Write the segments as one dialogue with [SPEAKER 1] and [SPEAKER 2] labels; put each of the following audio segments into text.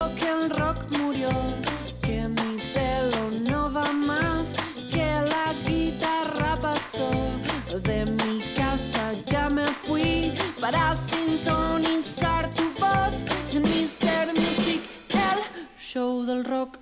[SPEAKER 1] pan rock murió, que mi pelo no va más, que la guitarra pasó. De mi casa ya me fui para sintonizar tu voz en Mr. Music, el show del rock.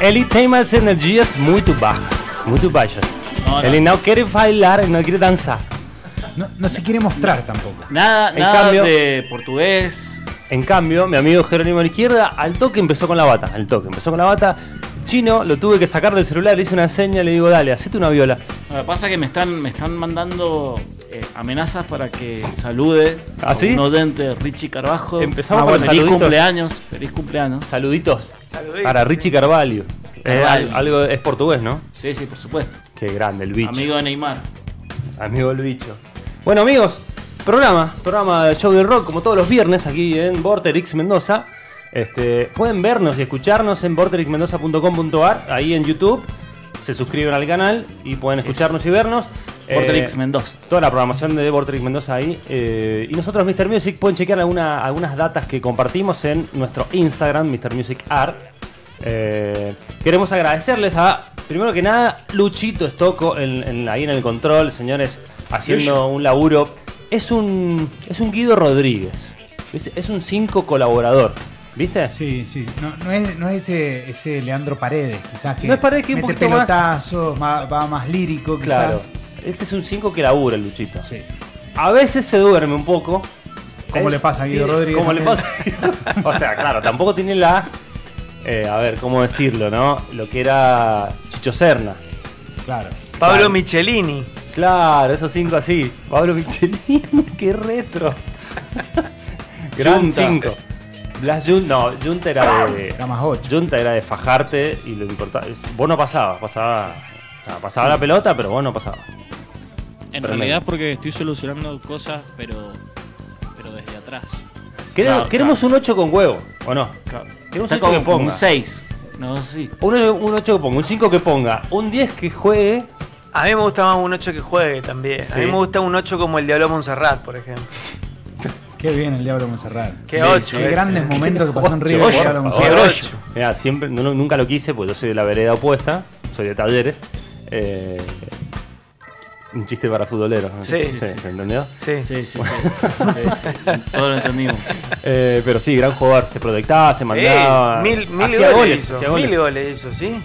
[SPEAKER 2] Ele tem umas energias muito bajas, muito baixas.
[SPEAKER 3] No, no.
[SPEAKER 2] Ele não quer bailar, não quer dançar.
[SPEAKER 4] No, no se quiere mostrar tampoco.
[SPEAKER 3] Nada,
[SPEAKER 2] En
[SPEAKER 3] nada
[SPEAKER 2] cambio-
[SPEAKER 3] de portugués.
[SPEAKER 2] En Em cambio, mi amigo Jerónimo a la izquierda, al toque empezó con la bata, al toque empezó con la bata. Chino, lo tuve que sacar del celular, le hice una seña, le digo, dale, hacete una viola.
[SPEAKER 3] Lo que pasa es que me están, me están mandando eh, amenazas para que salude
[SPEAKER 2] ¿Ah,
[SPEAKER 3] a
[SPEAKER 2] sí?
[SPEAKER 3] un oyente, Richie Carbajo.
[SPEAKER 2] Empezamos
[SPEAKER 3] Ah,
[SPEAKER 2] con
[SPEAKER 3] bueno, Feliz
[SPEAKER 2] saluditos.
[SPEAKER 3] cumpleaños, feliz cumpleaños.
[SPEAKER 2] Saluditos para Richie Carvalho. Eh,
[SPEAKER 3] Carvalho.
[SPEAKER 2] al- algo es portugués, ¿no?
[SPEAKER 3] Sí, sí, por supuesto.
[SPEAKER 2] Qué grande el bicho.
[SPEAKER 3] Amigo de Neymar.
[SPEAKER 2] Amigo el bicho. Bueno, amigos, programa, programa de Show de Rock, como todos los viernes aquí en Vorterix Mendoza. Este, pueden vernos y escucharnos en vorterixmendoza.com.ar, ahí en YouTube. Se suscriben al canal y pueden
[SPEAKER 3] Así
[SPEAKER 2] escucharnos y vernos. Eh,
[SPEAKER 3] Vorterix Mendoza.
[SPEAKER 2] Toda la programación de Vorterix Mendoza ahí. eh, y nosotros, Mr. Music, pueden chequear alguna- algunas datas que compartimos en nuestro Instagram, Mr. Music Art. Eh, queremos agradecerles a, primero que nada, Luchito Estoco en- en- ahí en el control, señores, haciendo un laburo. Es un, es un Guido Rodríguez. Es, es un 5 colaborador. ¿Viste?
[SPEAKER 4] Sí, sí. No, no es, no es ese, ese Leandro Paredes, quizás. Que
[SPEAKER 2] No es Paredes, que un
[SPEAKER 4] mete
[SPEAKER 2] poquito más-
[SPEAKER 4] pelotazos, ma- va más lírico, quizás.
[SPEAKER 2] Claro. Este es un 5 que labura, el Luchito.
[SPEAKER 4] Sí.
[SPEAKER 2] A veces se duerme un poco.
[SPEAKER 4] Como le pasa a Guido
[SPEAKER 2] tiene-
[SPEAKER 4] Rodríguez
[SPEAKER 2] Como le
[SPEAKER 4] también.
[SPEAKER 2] pasa. o sea, claro, tampoco tiene la. eh, a ver, ¿cómo decirlo, no? Lo que era Chicho Serna. Claro.
[SPEAKER 4] Claro.
[SPEAKER 5] Pablo Michelini.
[SPEAKER 2] Claro, esos cinco así. Pablo Michelini, qué retro. Gran
[SPEAKER 3] Junta.
[SPEAKER 2] 5. Blas Jun, no, Junta era de.
[SPEAKER 4] Era más ocho.
[SPEAKER 2] Junta era de fajarte y lo importante. Vos no pasabas, pasaba. o sea, pasaba la pelota, pero vos no pasabas.
[SPEAKER 6] En
[SPEAKER 2] Tremendo.
[SPEAKER 6] realidad es porque estoy solucionando cosas, pero, pero desde atrás.
[SPEAKER 2] Quere-
[SPEAKER 3] Claro,
[SPEAKER 2] queremos un 8 con huevo, ¿o no? Queremos
[SPEAKER 3] Está
[SPEAKER 2] un 8 que
[SPEAKER 3] como- como
[SPEAKER 2] ponga.
[SPEAKER 3] un 6. No, sí.
[SPEAKER 2] Un, un 8 que ponga, un 5 que ponga, un 10 que juegue.
[SPEAKER 5] A mí me gusta más un 8 que juegue también. A mí
[SPEAKER 2] Sí.
[SPEAKER 5] me gusta un 8 como el Diablo Montserrat, por ejemplo.
[SPEAKER 4] Qué bien el Diablo Monserrat.
[SPEAKER 5] Qué
[SPEAKER 3] Sí,
[SPEAKER 5] 8.
[SPEAKER 3] sí,
[SPEAKER 4] Qué grandes momentos que pasó en River el
[SPEAKER 2] Ocho,
[SPEAKER 4] Diablo
[SPEAKER 2] por
[SPEAKER 5] Qué
[SPEAKER 4] Monserrat.
[SPEAKER 2] favor.
[SPEAKER 5] ocho.
[SPEAKER 2] Mirá, siempre, no- nunca lo quise, porque yo soy de la vereda opuesta, soy de talleres. eh, un chiste para futboleros. ¿no?
[SPEAKER 5] Sí, sí,
[SPEAKER 2] ¿se entendió?
[SPEAKER 5] Sí.
[SPEAKER 3] Sí, sí, sí. Sí. Todo lo entendimos.
[SPEAKER 2] Eh, pero sí, gran jugador, se proyectaba, se mandaba.
[SPEAKER 5] Sí, mil, mil
[SPEAKER 2] hacía
[SPEAKER 5] goles,
[SPEAKER 2] goles,
[SPEAKER 5] hizo,
[SPEAKER 2] hacía goles.
[SPEAKER 5] mil goles hizo, ¿sí?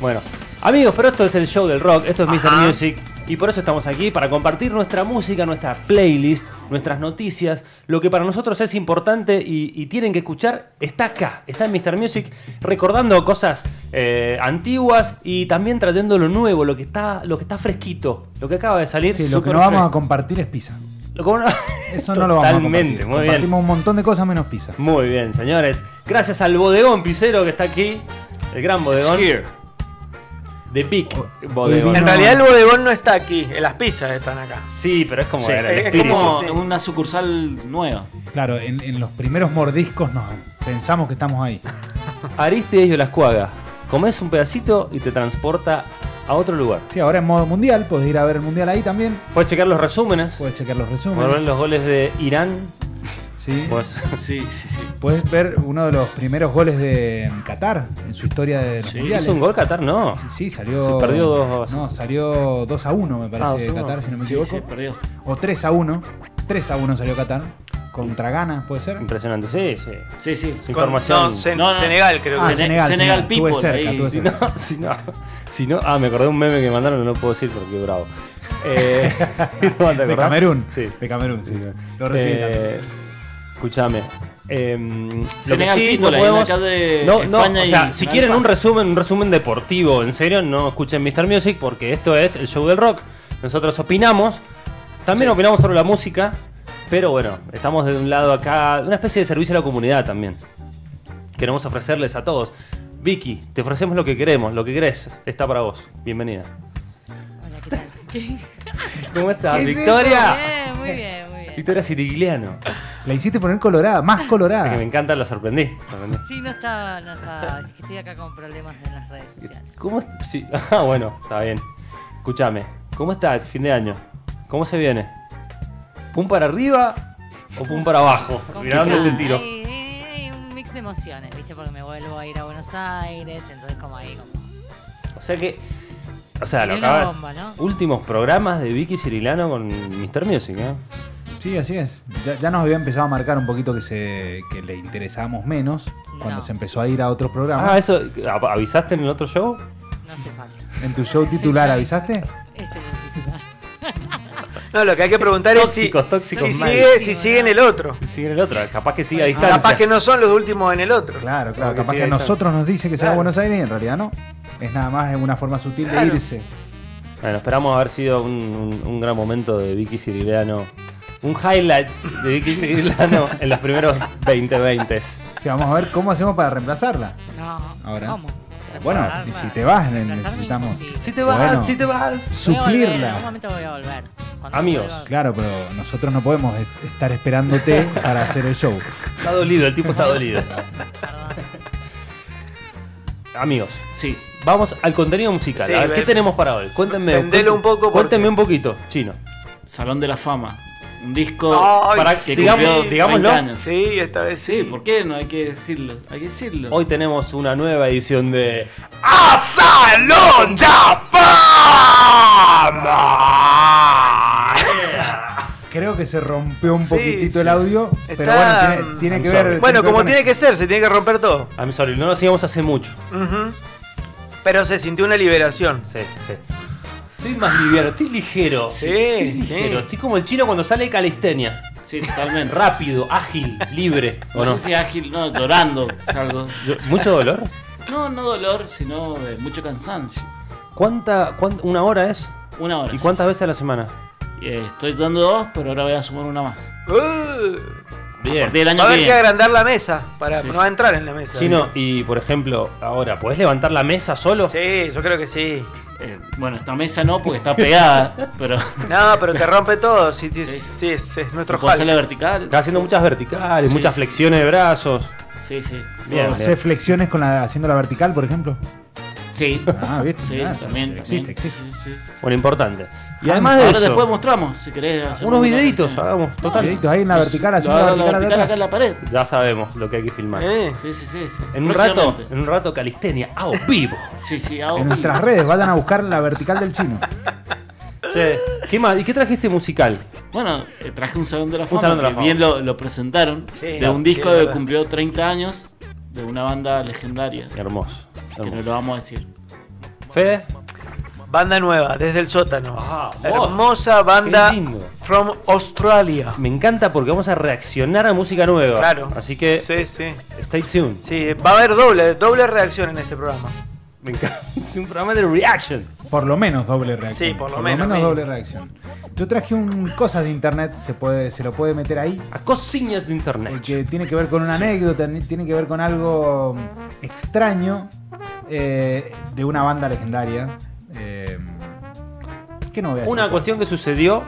[SPEAKER 2] Bueno, amigos, pero esto es el show del rock, esto es Mr.
[SPEAKER 5] Ajá.
[SPEAKER 2] Music. Y por eso estamos aquí, para compartir nuestra música, nuestra playlist, nuestras noticias. Lo que para nosotros es importante y, y tienen que escuchar está acá, está en Mr. Music, recordando cosas eh, antiguas y también trayendo lo nuevo, lo que está, lo que está fresquito, lo que acaba de salir.
[SPEAKER 4] Sí, lo que
[SPEAKER 2] súper
[SPEAKER 4] no vamos a
[SPEAKER 2] fresco.
[SPEAKER 4] compartir es pizza.
[SPEAKER 2] Lo que no-
[SPEAKER 4] Eso no lo vamos a compartir.
[SPEAKER 2] Totalmente, muy bien.
[SPEAKER 4] Compartimos un montón de cosas menos pizza.
[SPEAKER 2] Muy bien, señores. Gracias al bodegón Picero que está aquí, el gran bodegón.
[SPEAKER 3] Here.
[SPEAKER 2] The Big
[SPEAKER 4] Hoy
[SPEAKER 2] Bodegón.
[SPEAKER 4] vino-
[SPEAKER 5] En
[SPEAKER 4] No.
[SPEAKER 5] realidad el bodegón no está aquí, en las pizzas están acá.
[SPEAKER 2] Sí, pero es como
[SPEAKER 3] Sí,
[SPEAKER 2] era el
[SPEAKER 3] es
[SPEAKER 2] espíritu.
[SPEAKER 3] como
[SPEAKER 5] sí.
[SPEAKER 3] una sucursal nueva.
[SPEAKER 4] Claro, en, en los primeros mordiscos nos pensamos que estamos ahí.
[SPEAKER 2] Aristides y Olascuaga. Comes un pedacito y te transporta a otro lugar.
[SPEAKER 4] Sí, ahora en modo mundial, podés ir a ver el mundial ahí también.
[SPEAKER 2] Puedes checar los resúmenes.
[SPEAKER 4] Puedes checar los
[SPEAKER 2] Puedes ver
[SPEAKER 4] resúmenes.
[SPEAKER 2] los goles de Irán.
[SPEAKER 4] Sí.
[SPEAKER 2] podés-
[SPEAKER 3] Sí, sí, sí.
[SPEAKER 4] Puedes ver uno de los primeros goles de Qatar en su historia de los mundiales.
[SPEAKER 2] ¿Hizo un gol Qatar? No.
[SPEAKER 4] Sí, sí, salió.
[SPEAKER 2] Sí, perdió dos-
[SPEAKER 4] No, salió 2 a 1, me
[SPEAKER 2] Ah,
[SPEAKER 4] parece,
[SPEAKER 2] dos a uno.
[SPEAKER 4] Qatar, si no me
[SPEAKER 3] Sí,
[SPEAKER 4] equivoco.
[SPEAKER 3] sí, perdió.
[SPEAKER 4] O 3 a 1. 3 a 1 salió Qatar. Contra Ghana, puede ser.
[SPEAKER 2] Impresionante. Sí, sí.
[SPEAKER 3] Sí, sí.
[SPEAKER 2] Sin Información.
[SPEAKER 5] No, Sen-
[SPEAKER 3] No, no.
[SPEAKER 5] Senegal creo
[SPEAKER 4] Ah,
[SPEAKER 5] que.
[SPEAKER 3] Sene- Senegal
[SPEAKER 4] Estuve
[SPEAKER 3] people,
[SPEAKER 4] cerca,
[SPEAKER 3] ahí.
[SPEAKER 4] estuve
[SPEAKER 2] Si
[SPEAKER 4] cerca.
[SPEAKER 2] eh, no, si no, si no- Ah, me acordé de un meme que mandaron, no lo puedo decir porque bravo. Eh, ¿no te
[SPEAKER 4] De
[SPEAKER 2] acordás?
[SPEAKER 4] Camerún.
[SPEAKER 2] Sí.
[SPEAKER 4] De Camerún, sí. Lo recibí también.
[SPEAKER 2] Eh, escúchame. Eh, lo que
[SPEAKER 3] Senegal
[SPEAKER 2] sí,
[SPEAKER 3] People, ahí en la calle de
[SPEAKER 2] no, no,
[SPEAKER 3] España
[SPEAKER 2] o
[SPEAKER 3] y
[SPEAKER 2] sea, si
[SPEAKER 3] Canal
[SPEAKER 2] quieren un
[SPEAKER 3] Paz.
[SPEAKER 2] resumen, un resumen deportivo, en serio, no escuchen Mr. Music porque esto es el show del rock. Nosotros opinamos, también opinamos sobre la música, Pero bueno, estamos de un lado acá, una especie de servicio a la comunidad también. Queremos ofrecerles a todos. Vicky, te ofrecemos lo que queremos, lo que querés, está para vos. Bienvenida.
[SPEAKER 7] Hola, ¿qué tal?
[SPEAKER 2] ¿Cómo estás,
[SPEAKER 4] ¿Qué es
[SPEAKER 2] Victoria? Ah.
[SPEAKER 7] Bien, muy bien, muy bien.
[SPEAKER 2] Victoria Sirigliano.
[SPEAKER 4] La hiciste poner colorada, más
[SPEAKER 2] Que me
[SPEAKER 4] colorada.
[SPEAKER 2] encanta, la sorprendí. sorprendí.
[SPEAKER 7] Sí, no estaba, no estaba. Es que estoy acá con problemas en las redes sociales.
[SPEAKER 2] ¿Cómo? est- Sí. Ah, bueno, está bien. Escúchame, ¿cómo está el fin de año? ¿Cómo se viene? ¿Pum para arriba o pum para abajo? Mirá dónde te tiro.
[SPEAKER 7] Hay, hay un mix de emociones, ¿viste? Porque me vuelvo a ir a Buenos Aires, entonces como ahí como...
[SPEAKER 2] O sea que. O sea, lo
[SPEAKER 7] Tiene una
[SPEAKER 2] acabas. Uh.
[SPEAKER 7] bomba, ¿no?
[SPEAKER 2] Últimos programas de Vicky Cirilano con Mr. Music, ¿eh?
[SPEAKER 4] Sí, así es. Ya, ya nos había empezado a marcar un poquito que, se, que le interesábamos menos cuando
[SPEAKER 7] No.
[SPEAKER 4] se empezó a ir a otros
[SPEAKER 2] Ah,
[SPEAKER 4] programas.
[SPEAKER 2] eso. ¿av- ¿Avisaste en el otro show?
[SPEAKER 7] No hace falta.
[SPEAKER 4] En tu show titular, ¿avisaste?
[SPEAKER 7] Este es el titular.
[SPEAKER 5] No, lo que hay que preguntar
[SPEAKER 2] Tóxicos,
[SPEAKER 5] es si,
[SPEAKER 2] tóxicos,
[SPEAKER 5] si,
[SPEAKER 2] mal.
[SPEAKER 5] sigue, si sigue en el otro.
[SPEAKER 2] Sigue en el otro. Capaz que siga a distancia.
[SPEAKER 5] Capaz que no son los últimos en el otro.
[SPEAKER 4] Claro,
[SPEAKER 2] Claro
[SPEAKER 4] claro.
[SPEAKER 2] que
[SPEAKER 4] Capaz
[SPEAKER 2] sí,
[SPEAKER 4] que a
[SPEAKER 2] ahí está.
[SPEAKER 4] nosotros nos dice que se va a
[SPEAKER 5] Claro.
[SPEAKER 4] Buenos Aires y en realidad no. Es nada más una forma sutil
[SPEAKER 5] Claro.
[SPEAKER 4] de irse.
[SPEAKER 2] Bueno, esperamos haber sido un, un- un gran momento de Vicky Cirilano. Un highlight de Vicky Cirilano en los primeros 2020.
[SPEAKER 4] Sí, vamos a ver cómo hacemos para reemplazarla.
[SPEAKER 7] No,
[SPEAKER 4] Ahora.
[SPEAKER 7] ¿cómo?
[SPEAKER 4] Bueno,
[SPEAKER 7] Reemplazarla-
[SPEAKER 4] si te vas, ne-
[SPEAKER 7] reemplazarme
[SPEAKER 4] necesitamos-
[SPEAKER 7] imposible.
[SPEAKER 2] te vas,
[SPEAKER 4] Bueno.
[SPEAKER 2] si te vas.
[SPEAKER 7] Voy a volver, En
[SPEAKER 4] Suplirla.
[SPEAKER 7] algún momento voy a volver. Cuando
[SPEAKER 2] Amigos,
[SPEAKER 7] vuelva-
[SPEAKER 4] Claro, pero nosotros no podemos est- estar esperándote para hacer el show.
[SPEAKER 2] Está dolido, el tipo está dolido.
[SPEAKER 7] Perdón.
[SPEAKER 2] Amigos,
[SPEAKER 3] Sí,
[SPEAKER 2] vamos al contenido musical.
[SPEAKER 5] Sí,
[SPEAKER 2] a ver, ¿qué
[SPEAKER 5] ve-
[SPEAKER 2] tenemos para hoy? Cuéntenme.
[SPEAKER 5] Vendelo
[SPEAKER 2] cuénten-
[SPEAKER 5] un poco porque-
[SPEAKER 2] Cuéntenme un poquito, chino.
[SPEAKER 3] Salón de la Fama. Un disco
[SPEAKER 5] Ay,
[SPEAKER 3] para
[SPEAKER 5] sí.
[SPEAKER 3] que cumplió
[SPEAKER 5] Digamos-
[SPEAKER 3] 30
[SPEAKER 2] digámoslo.
[SPEAKER 3] años. Sí.
[SPEAKER 5] Sí, esta vez sí.
[SPEAKER 3] ¿por qué no hay que decirlo? Hay que decirlo.
[SPEAKER 2] Hoy tenemos una nueva edición de.
[SPEAKER 5] ¡A Salón de
[SPEAKER 4] Creo que se rompió un
[SPEAKER 5] Sí,
[SPEAKER 4] poquitito
[SPEAKER 5] sí.
[SPEAKER 4] el audio, pero
[SPEAKER 5] Está-
[SPEAKER 4] bueno, tiene, tiene
[SPEAKER 2] I'm
[SPEAKER 4] que
[SPEAKER 2] sorry.
[SPEAKER 4] ver. tiene
[SPEAKER 5] Bueno,
[SPEAKER 4] que ver
[SPEAKER 5] como
[SPEAKER 4] con-
[SPEAKER 5] tiene que ser, se tiene que romper todo.
[SPEAKER 2] I'm sorry, no lo hacíamos hace mucho.
[SPEAKER 5] Ujú. Pero se sintió una liberación.
[SPEAKER 2] Sí, sí. Estoy más liviano, estoy ligero.
[SPEAKER 5] Sí,
[SPEAKER 2] estoy
[SPEAKER 5] sí.
[SPEAKER 2] ligero. Estoy como el chino cuando sale de calistenia.
[SPEAKER 3] Sí, totalmente.
[SPEAKER 2] Rápido, ágil, libre. ¿O
[SPEAKER 3] No,
[SPEAKER 2] no?
[SPEAKER 3] sé si ágil, no, llorando, salgo.
[SPEAKER 2] Yo- ¿Mucho dolor?
[SPEAKER 3] No, no dolor, sino de mucho cansancio.
[SPEAKER 2] ¿Cuánta, cuán- ¿Una hora es?
[SPEAKER 3] Una hora.
[SPEAKER 2] ¿Y
[SPEAKER 3] sí,
[SPEAKER 2] cuántas
[SPEAKER 3] sí.
[SPEAKER 2] veces a la semana?
[SPEAKER 3] Eh, estoy dando dos, pero ahora voy a sumar una más.
[SPEAKER 5] Uh,
[SPEAKER 3] A partir del año
[SPEAKER 5] va a
[SPEAKER 3] que
[SPEAKER 5] haber que
[SPEAKER 3] viene.
[SPEAKER 5] agrandar la mesa. Para,
[SPEAKER 3] Sí,
[SPEAKER 5] no
[SPEAKER 3] sí.
[SPEAKER 5] va a entrar en la mesa.
[SPEAKER 2] Chino, y por ejemplo, ahora, ¿podés levantar la mesa solo?
[SPEAKER 5] Sí, yo creo que sí.
[SPEAKER 3] Eh, bueno, esta mesa no, porque está pegada, pero.
[SPEAKER 5] No, pero te rompe todo. Sí, sí,
[SPEAKER 3] Sí.
[SPEAKER 5] sí, es, es nuestro
[SPEAKER 3] Puedo hacerla
[SPEAKER 5] Hulk.
[SPEAKER 3] vertical.
[SPEAKER 2] Estás haciendo muchas verticales,
[SPEAKER 3] Sí,
[SPEAKER 2] muchas
[SPEAKER 3] sí.
[SPEAKER 2] flexiones de brazos.
[SPEAKER 3] Sí, sí.
[SPEAKER 2] Bien,
[SPEAKER 4] ¿O
[SPEAKER 2] bien.
[SPEAKER 4] hacer flexiones con la, haciendo la vertical, por ejemplo.
[SPEAKER 3] Sí.
[SPEAKER 4] Ah, viste.
[SPEAKER 3] Sí,
[SPEAKER 4] Ah,
[SPEAKER 3] también.
[SPEAKER 4] Existe,
[SPEAKER 3] también.
[SPEAKER 4] existe.
[SPEAKER 3] Sí, sí.
[SPEAKER 2] Bueno, importante. Y
[SPEAKER 4] Ah,
[SPEAKER 2] además de
[SPEAKER 3] Ahora
[SPEAKER 2] eso,
[SPEAKER 3] después mostramos, si querés. hacer
[SPEAKER 2] unos
[SPEAKER 3] un-
[SPEAKER 2] videitos, hagamos, total.
[SPEAKER 4] Videitos ahí en la
[SPEAKER 3] Nos-
[SPEAKER 4] vertical,
[SPEAKER 3] lo
[SPEAKER 4] haciendo la
[SPEAKER 3] hago
[SPEAKER 4] vertical de
[SPEAKER 3] acá
[SPEAKER 4] atrás.
[SPEAKER 3] en la pared.
[SPEAKER 2] Ya sabemos lo que hay que filmar.
[SPEAKER 5] Eh,
[SPEAKER 3] Sí, sí, sí. sí.
[SPEAKER 2] En un rato,
[SPEAKER 3] Próximamente.
[SPEAKER 2] en un rato calistenia, a vivo.
[SPEAKER 3] Sí, sí, hago.
[SPEAKER 4] En nuestras redes vayan a buscar la vertical del chino.
[SPEAKER 2] Che, ¿qué más? ¿Y qué trajiste musical?
[SPEAKER 3] Bueno, eh, traje un salón de la fama.
[SPEAKER 2] salón de la
[SPEAKER 3] que
[SPEAKER 2] fama.
[SPEAKER 3] bien lo, lo presentaron.
[SPEAKER 5] Sí,
[SPEAKER 3] de
[SPEAKER 5] no,
[SPEAKER 3] un
[SPEAKER 5] sí,
[SPEAKER 3] disco
[SPEAKER 5] es
[SPEAKER 3] que
[SPEAKER 5] verdad.
[SPEAKER 3] cumplió 30 años. De una banda legendaria.
[SPEAKER 2] Hermoso.
[SPEAKER 3] Que no
[SPEAKER 2] hermoso.
[SPEAKER 3] lo vamos a decir.
[SPEAKER 2] Fede,
[SPEAKER 5] Banda nueva, desde el sótano.
[SPEAKER 2] Ah, wow.
[SPEAKER 5] Hermosa banda
[SPEAKER 2] Qué lindo.
[SPEAKER 5] from Australia.
[SPEAKER 2] me encanta porque vamos a reaccionar a música nueva.
[SPEAKER 5] Claro.
[SPEAKER 2] Así que
[SPEAKER 5] Sí, sí.
[SPEAKER 2] stay tuned.
[SPEAKER 5] Sí, va a haber doble, doble reacción en este programa.
[SPEAKER 2] Me encanta. Es un programa de reaction.
[SPEAKER 4] Por lo menos doble reacción.
[SPEAKER 5] Sí, por lo menos, sí.
[SPEAKER 4] doble reacción. Yo traje un cosas de internet, se puede, se lo puede meter ahí.
[SPEAKER 2] A cosillas de internet.
[SPEAKER 4] Porque tiene que ver con una anécdota, ni- tiene que ver con algo mm, extraño eh, de una banda legendaria. Eh, ¿Qué no voy a decir?
[SPEAKER 2] Una cuestión que sucedió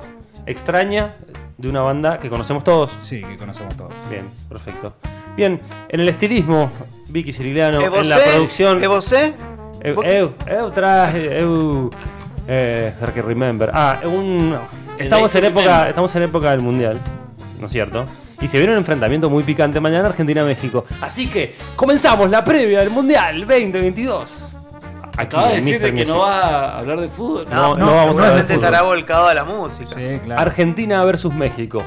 [SPEAKER 2] extraña de una banda que conocemos todos.
[SPEAKER 4] Sí, que conocemos todos.
[SPEAKER 2] Bien, perfecto. Bien, en el estilismo, Vicky Cirigliano,
[SPEAKER 5] ¿Es
[SPEAKER 2] en la
[SPEAKER 5] vosé?
[SPEAKER 2] producción.
[SPEAKER 5] ¿Es vosé?
[SPEAKER 2] Eu, eu, eu traje, eu, eh, que remember. Ah, un,
[SPEAKER 3] El
[SPEAKER 2] estamos
[SPEAKER 3] Day
[SPEAKER 2] en
[SPEAKER 3] to
[SPEAKER 2] época,
[SPEAKER 3] Remember.
[SPEAKER 2] estamos en época del mundial, ¿no es cierto? Y se viene un enfrentamiento muy picante mañana Argentina-México. Así que comenzamos la previa del mundial 2022. Aquí
[SPEAKER 3] Acaba de
[SPEAKER 2] en
[SPEAKER 3] decir de
[SPEAKER 2] Mr.
[SPEAKER 3] que no
[SPEAKER 2] Music.
[SPEAKER 3] va a hablar de fútbol.
[SPEAKER 2] No, no vamos
[SPEAKER 4] no,
[SPEAKER 2] a hablar
[SPEAKER 5] Seguramente
[SPEAKER 2] de
[SPEAKER 5] estará
[SPEAKER 2] fútbol.
[SPEAKER 5] volcado a la música.
[SPEAKER 4] Sí, claro.
[SPEAKER 2] Argentina versus México.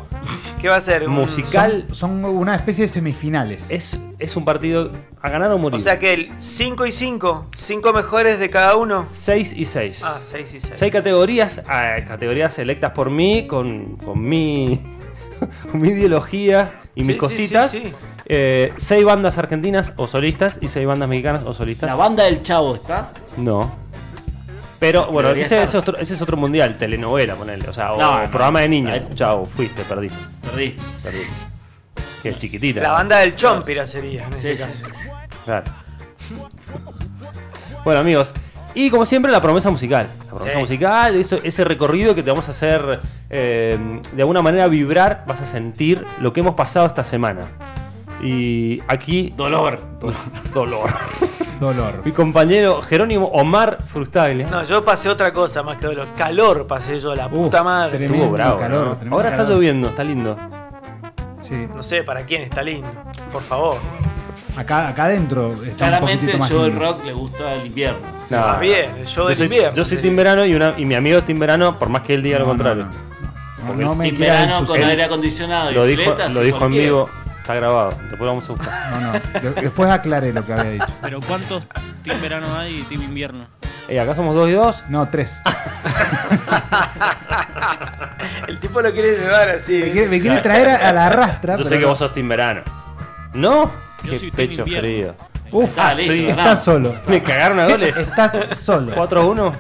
[SPEAKER 5] ¿Qué va a ser? Un-
[SPEAKER 2] Música.
[SPEAKER 4] Son, son una especie de semifinales.
[SPEAKER 2] Es, es un partido a ganar o morir.
[SPEAKER 5] O sea que el 5 y 5, 5 mejores de cada uno.
[SPEAKER 2] 6 y 6.
[SPEAKER 5] Ah, 6 y 6.
[SPEAKER 2] Seis categorías, ah, categorías selectas por mí, con, con mi, con mi ideología y mis
[SPEAKER 5] Sí, sí,
[SPEAKER 2] cositas.
[SPEAKER 5] sí, sí.
[SPEAKER 2] Eh, seis bandas argentinas o solistas y seis bandas mexicanas o solistas.
[SPEAKER 3] La banda del Chavo está.
[SPEAKER 2] No. Pero bueno,
[SPEAKER 3] Debería
[SPEAKER 2] ese,
[SPEAKER 3] estar.
[SPEAKER 2] ese es otro, ese es otro mundial, telenovela, ponele. O sea, o
[SPEAKER 3] No, no,
[SPEAKER 2] programa de niños.
[SPEAKER 3] ahí-
[SPEAKER 2] Chao, fuiste, perdiste.
[SPEAKER 3] Pero Perdiste.
[SPEAKER 2] Perdí. Que es chiquitita.
[SPEAKER 5] La banda del Chompira sería, en este
[SPEAKER 3] Sí, sí,
[SPEAKER 5] caso.
[SPEAKER 3] sí.
[SPEAKER 2] Claro. Bueno, amigos. Y como siempre, la promesa musical. La promesa
[SPEAKER 5] Sí.
[SPEAKER 2] musical, eso- ese recorrido que te vamos a hacer eh, de alguna manera vibrar, vas a sentir lo que hemos pasado esta semana. Y aquí. Dolor. Dolor.
[SPEAKER 4] Dolor.
[SPEAKER 2] Mi compañero Jerónimo Omar Frustaglia.
[SPEAKER 5] No, yo pasé otra cosa más que dolor. Calor pasé yo, la puta
[SPEAKER 4] Uf,
[SPEAKER 5] madre.
[SPEAKER 4] tremendo.
[SPEAKER 2] Estuvo bravo.
[SPEAKER 4] calor,
[SPEAKER 2] ¿no?
[SPEAKER 4] tremendo
[SPEAKER 2] Ahora está
[SPEAKER 4] calor.
[SPEAKER 2] lloviendo, está lindo.
[SPEAKER 4] Sí.
[SPEAKER 5] No sé para quién está lindo. Por favor.
[SPEAKER 4] Acá, acá adentro está un
[SPEAKER 3] Claramente
[SPEAKER 4] poquitito más
[SPEAKER 3] yo el
[SPEAKER 4] lindo.
[SPEAKER 3] rock le gusta el invierno.
[SPEAKER 2] No,
[SPEAKER 5] bien, el show del
[SPEAKER 2] soy,
[SPEAKER 5] invierno,
[SPEAKER 2] Yo soy
[SPEAKER 5] sí.
[SPEAKER 2] Team Verano y, una- y mi amigo es Team Verano, por más que él diga lo
[SPEAKER 4] No, no,
[SPEAKER 2] contrario.
[SPEAKER 4] no, no.
[SPEAKER 2] Porque
[SPEAKER 4] No
[SPEAKER 2] el
[SPEAKER 4] me
[SPEAKER 3] Sin
[SPEAKER 4] quiera
[SPEAKER 3] verano con
[SPEAKER 4] ensuciar.
[SPEAKER 3] aire acondicionado y
[SPEAKER 2] Lo dijo,
[SPEAKER 3] piletas,
[SPEAKER 2] lo
[SPEAKER 3] y
[SPEAKER 2] dijo en
[SPEAKER 3] cualquiera.
[SPEAKER 2] vivo, está grabado. Después lo vamos a buscar.
[SPEAKER 4] No, no. de- Después aclaré lo que había dicho.
[SPEAKER 6] Pero ¿cuántos team verano hay y team invierno?
[SPEAKER 2] Eh, acá somos dos y dos.
[SPEAKER 4] No, tres.
[SPEAKER 2] Ah,
[SPEAKER 5] El tipo lo quiere llevar así.
[SPEAKER 4] Me quiere, me quiere traer a, a la rastra.
[SPEAKER 2] Yo sé
[SPEAKER 4] pero
[SPEAKER 2] que
[SPEAKER 4] no.
[SPEAKER 2] vos sos team verano. ¿No?
[SPEAKER 6] Yo
[SPEAKER 2] Qué
[SPEAKER 6] soy team
[SPEAKER 2] pecho frío.
[SPEAKER 6] invierno.
[SPEAKER 4] Uf,
[SPEAKER 3] Ah, listo,
[SPEAKER 2] sí,
[SPEAKER 3] ganamos.
[SPEAKER 4] estás solo.
[SPEAKER 2] Me cagaron a goles.
[SPEAKER 4] Estás solo.
[SPEAKER 2] 4 a 1.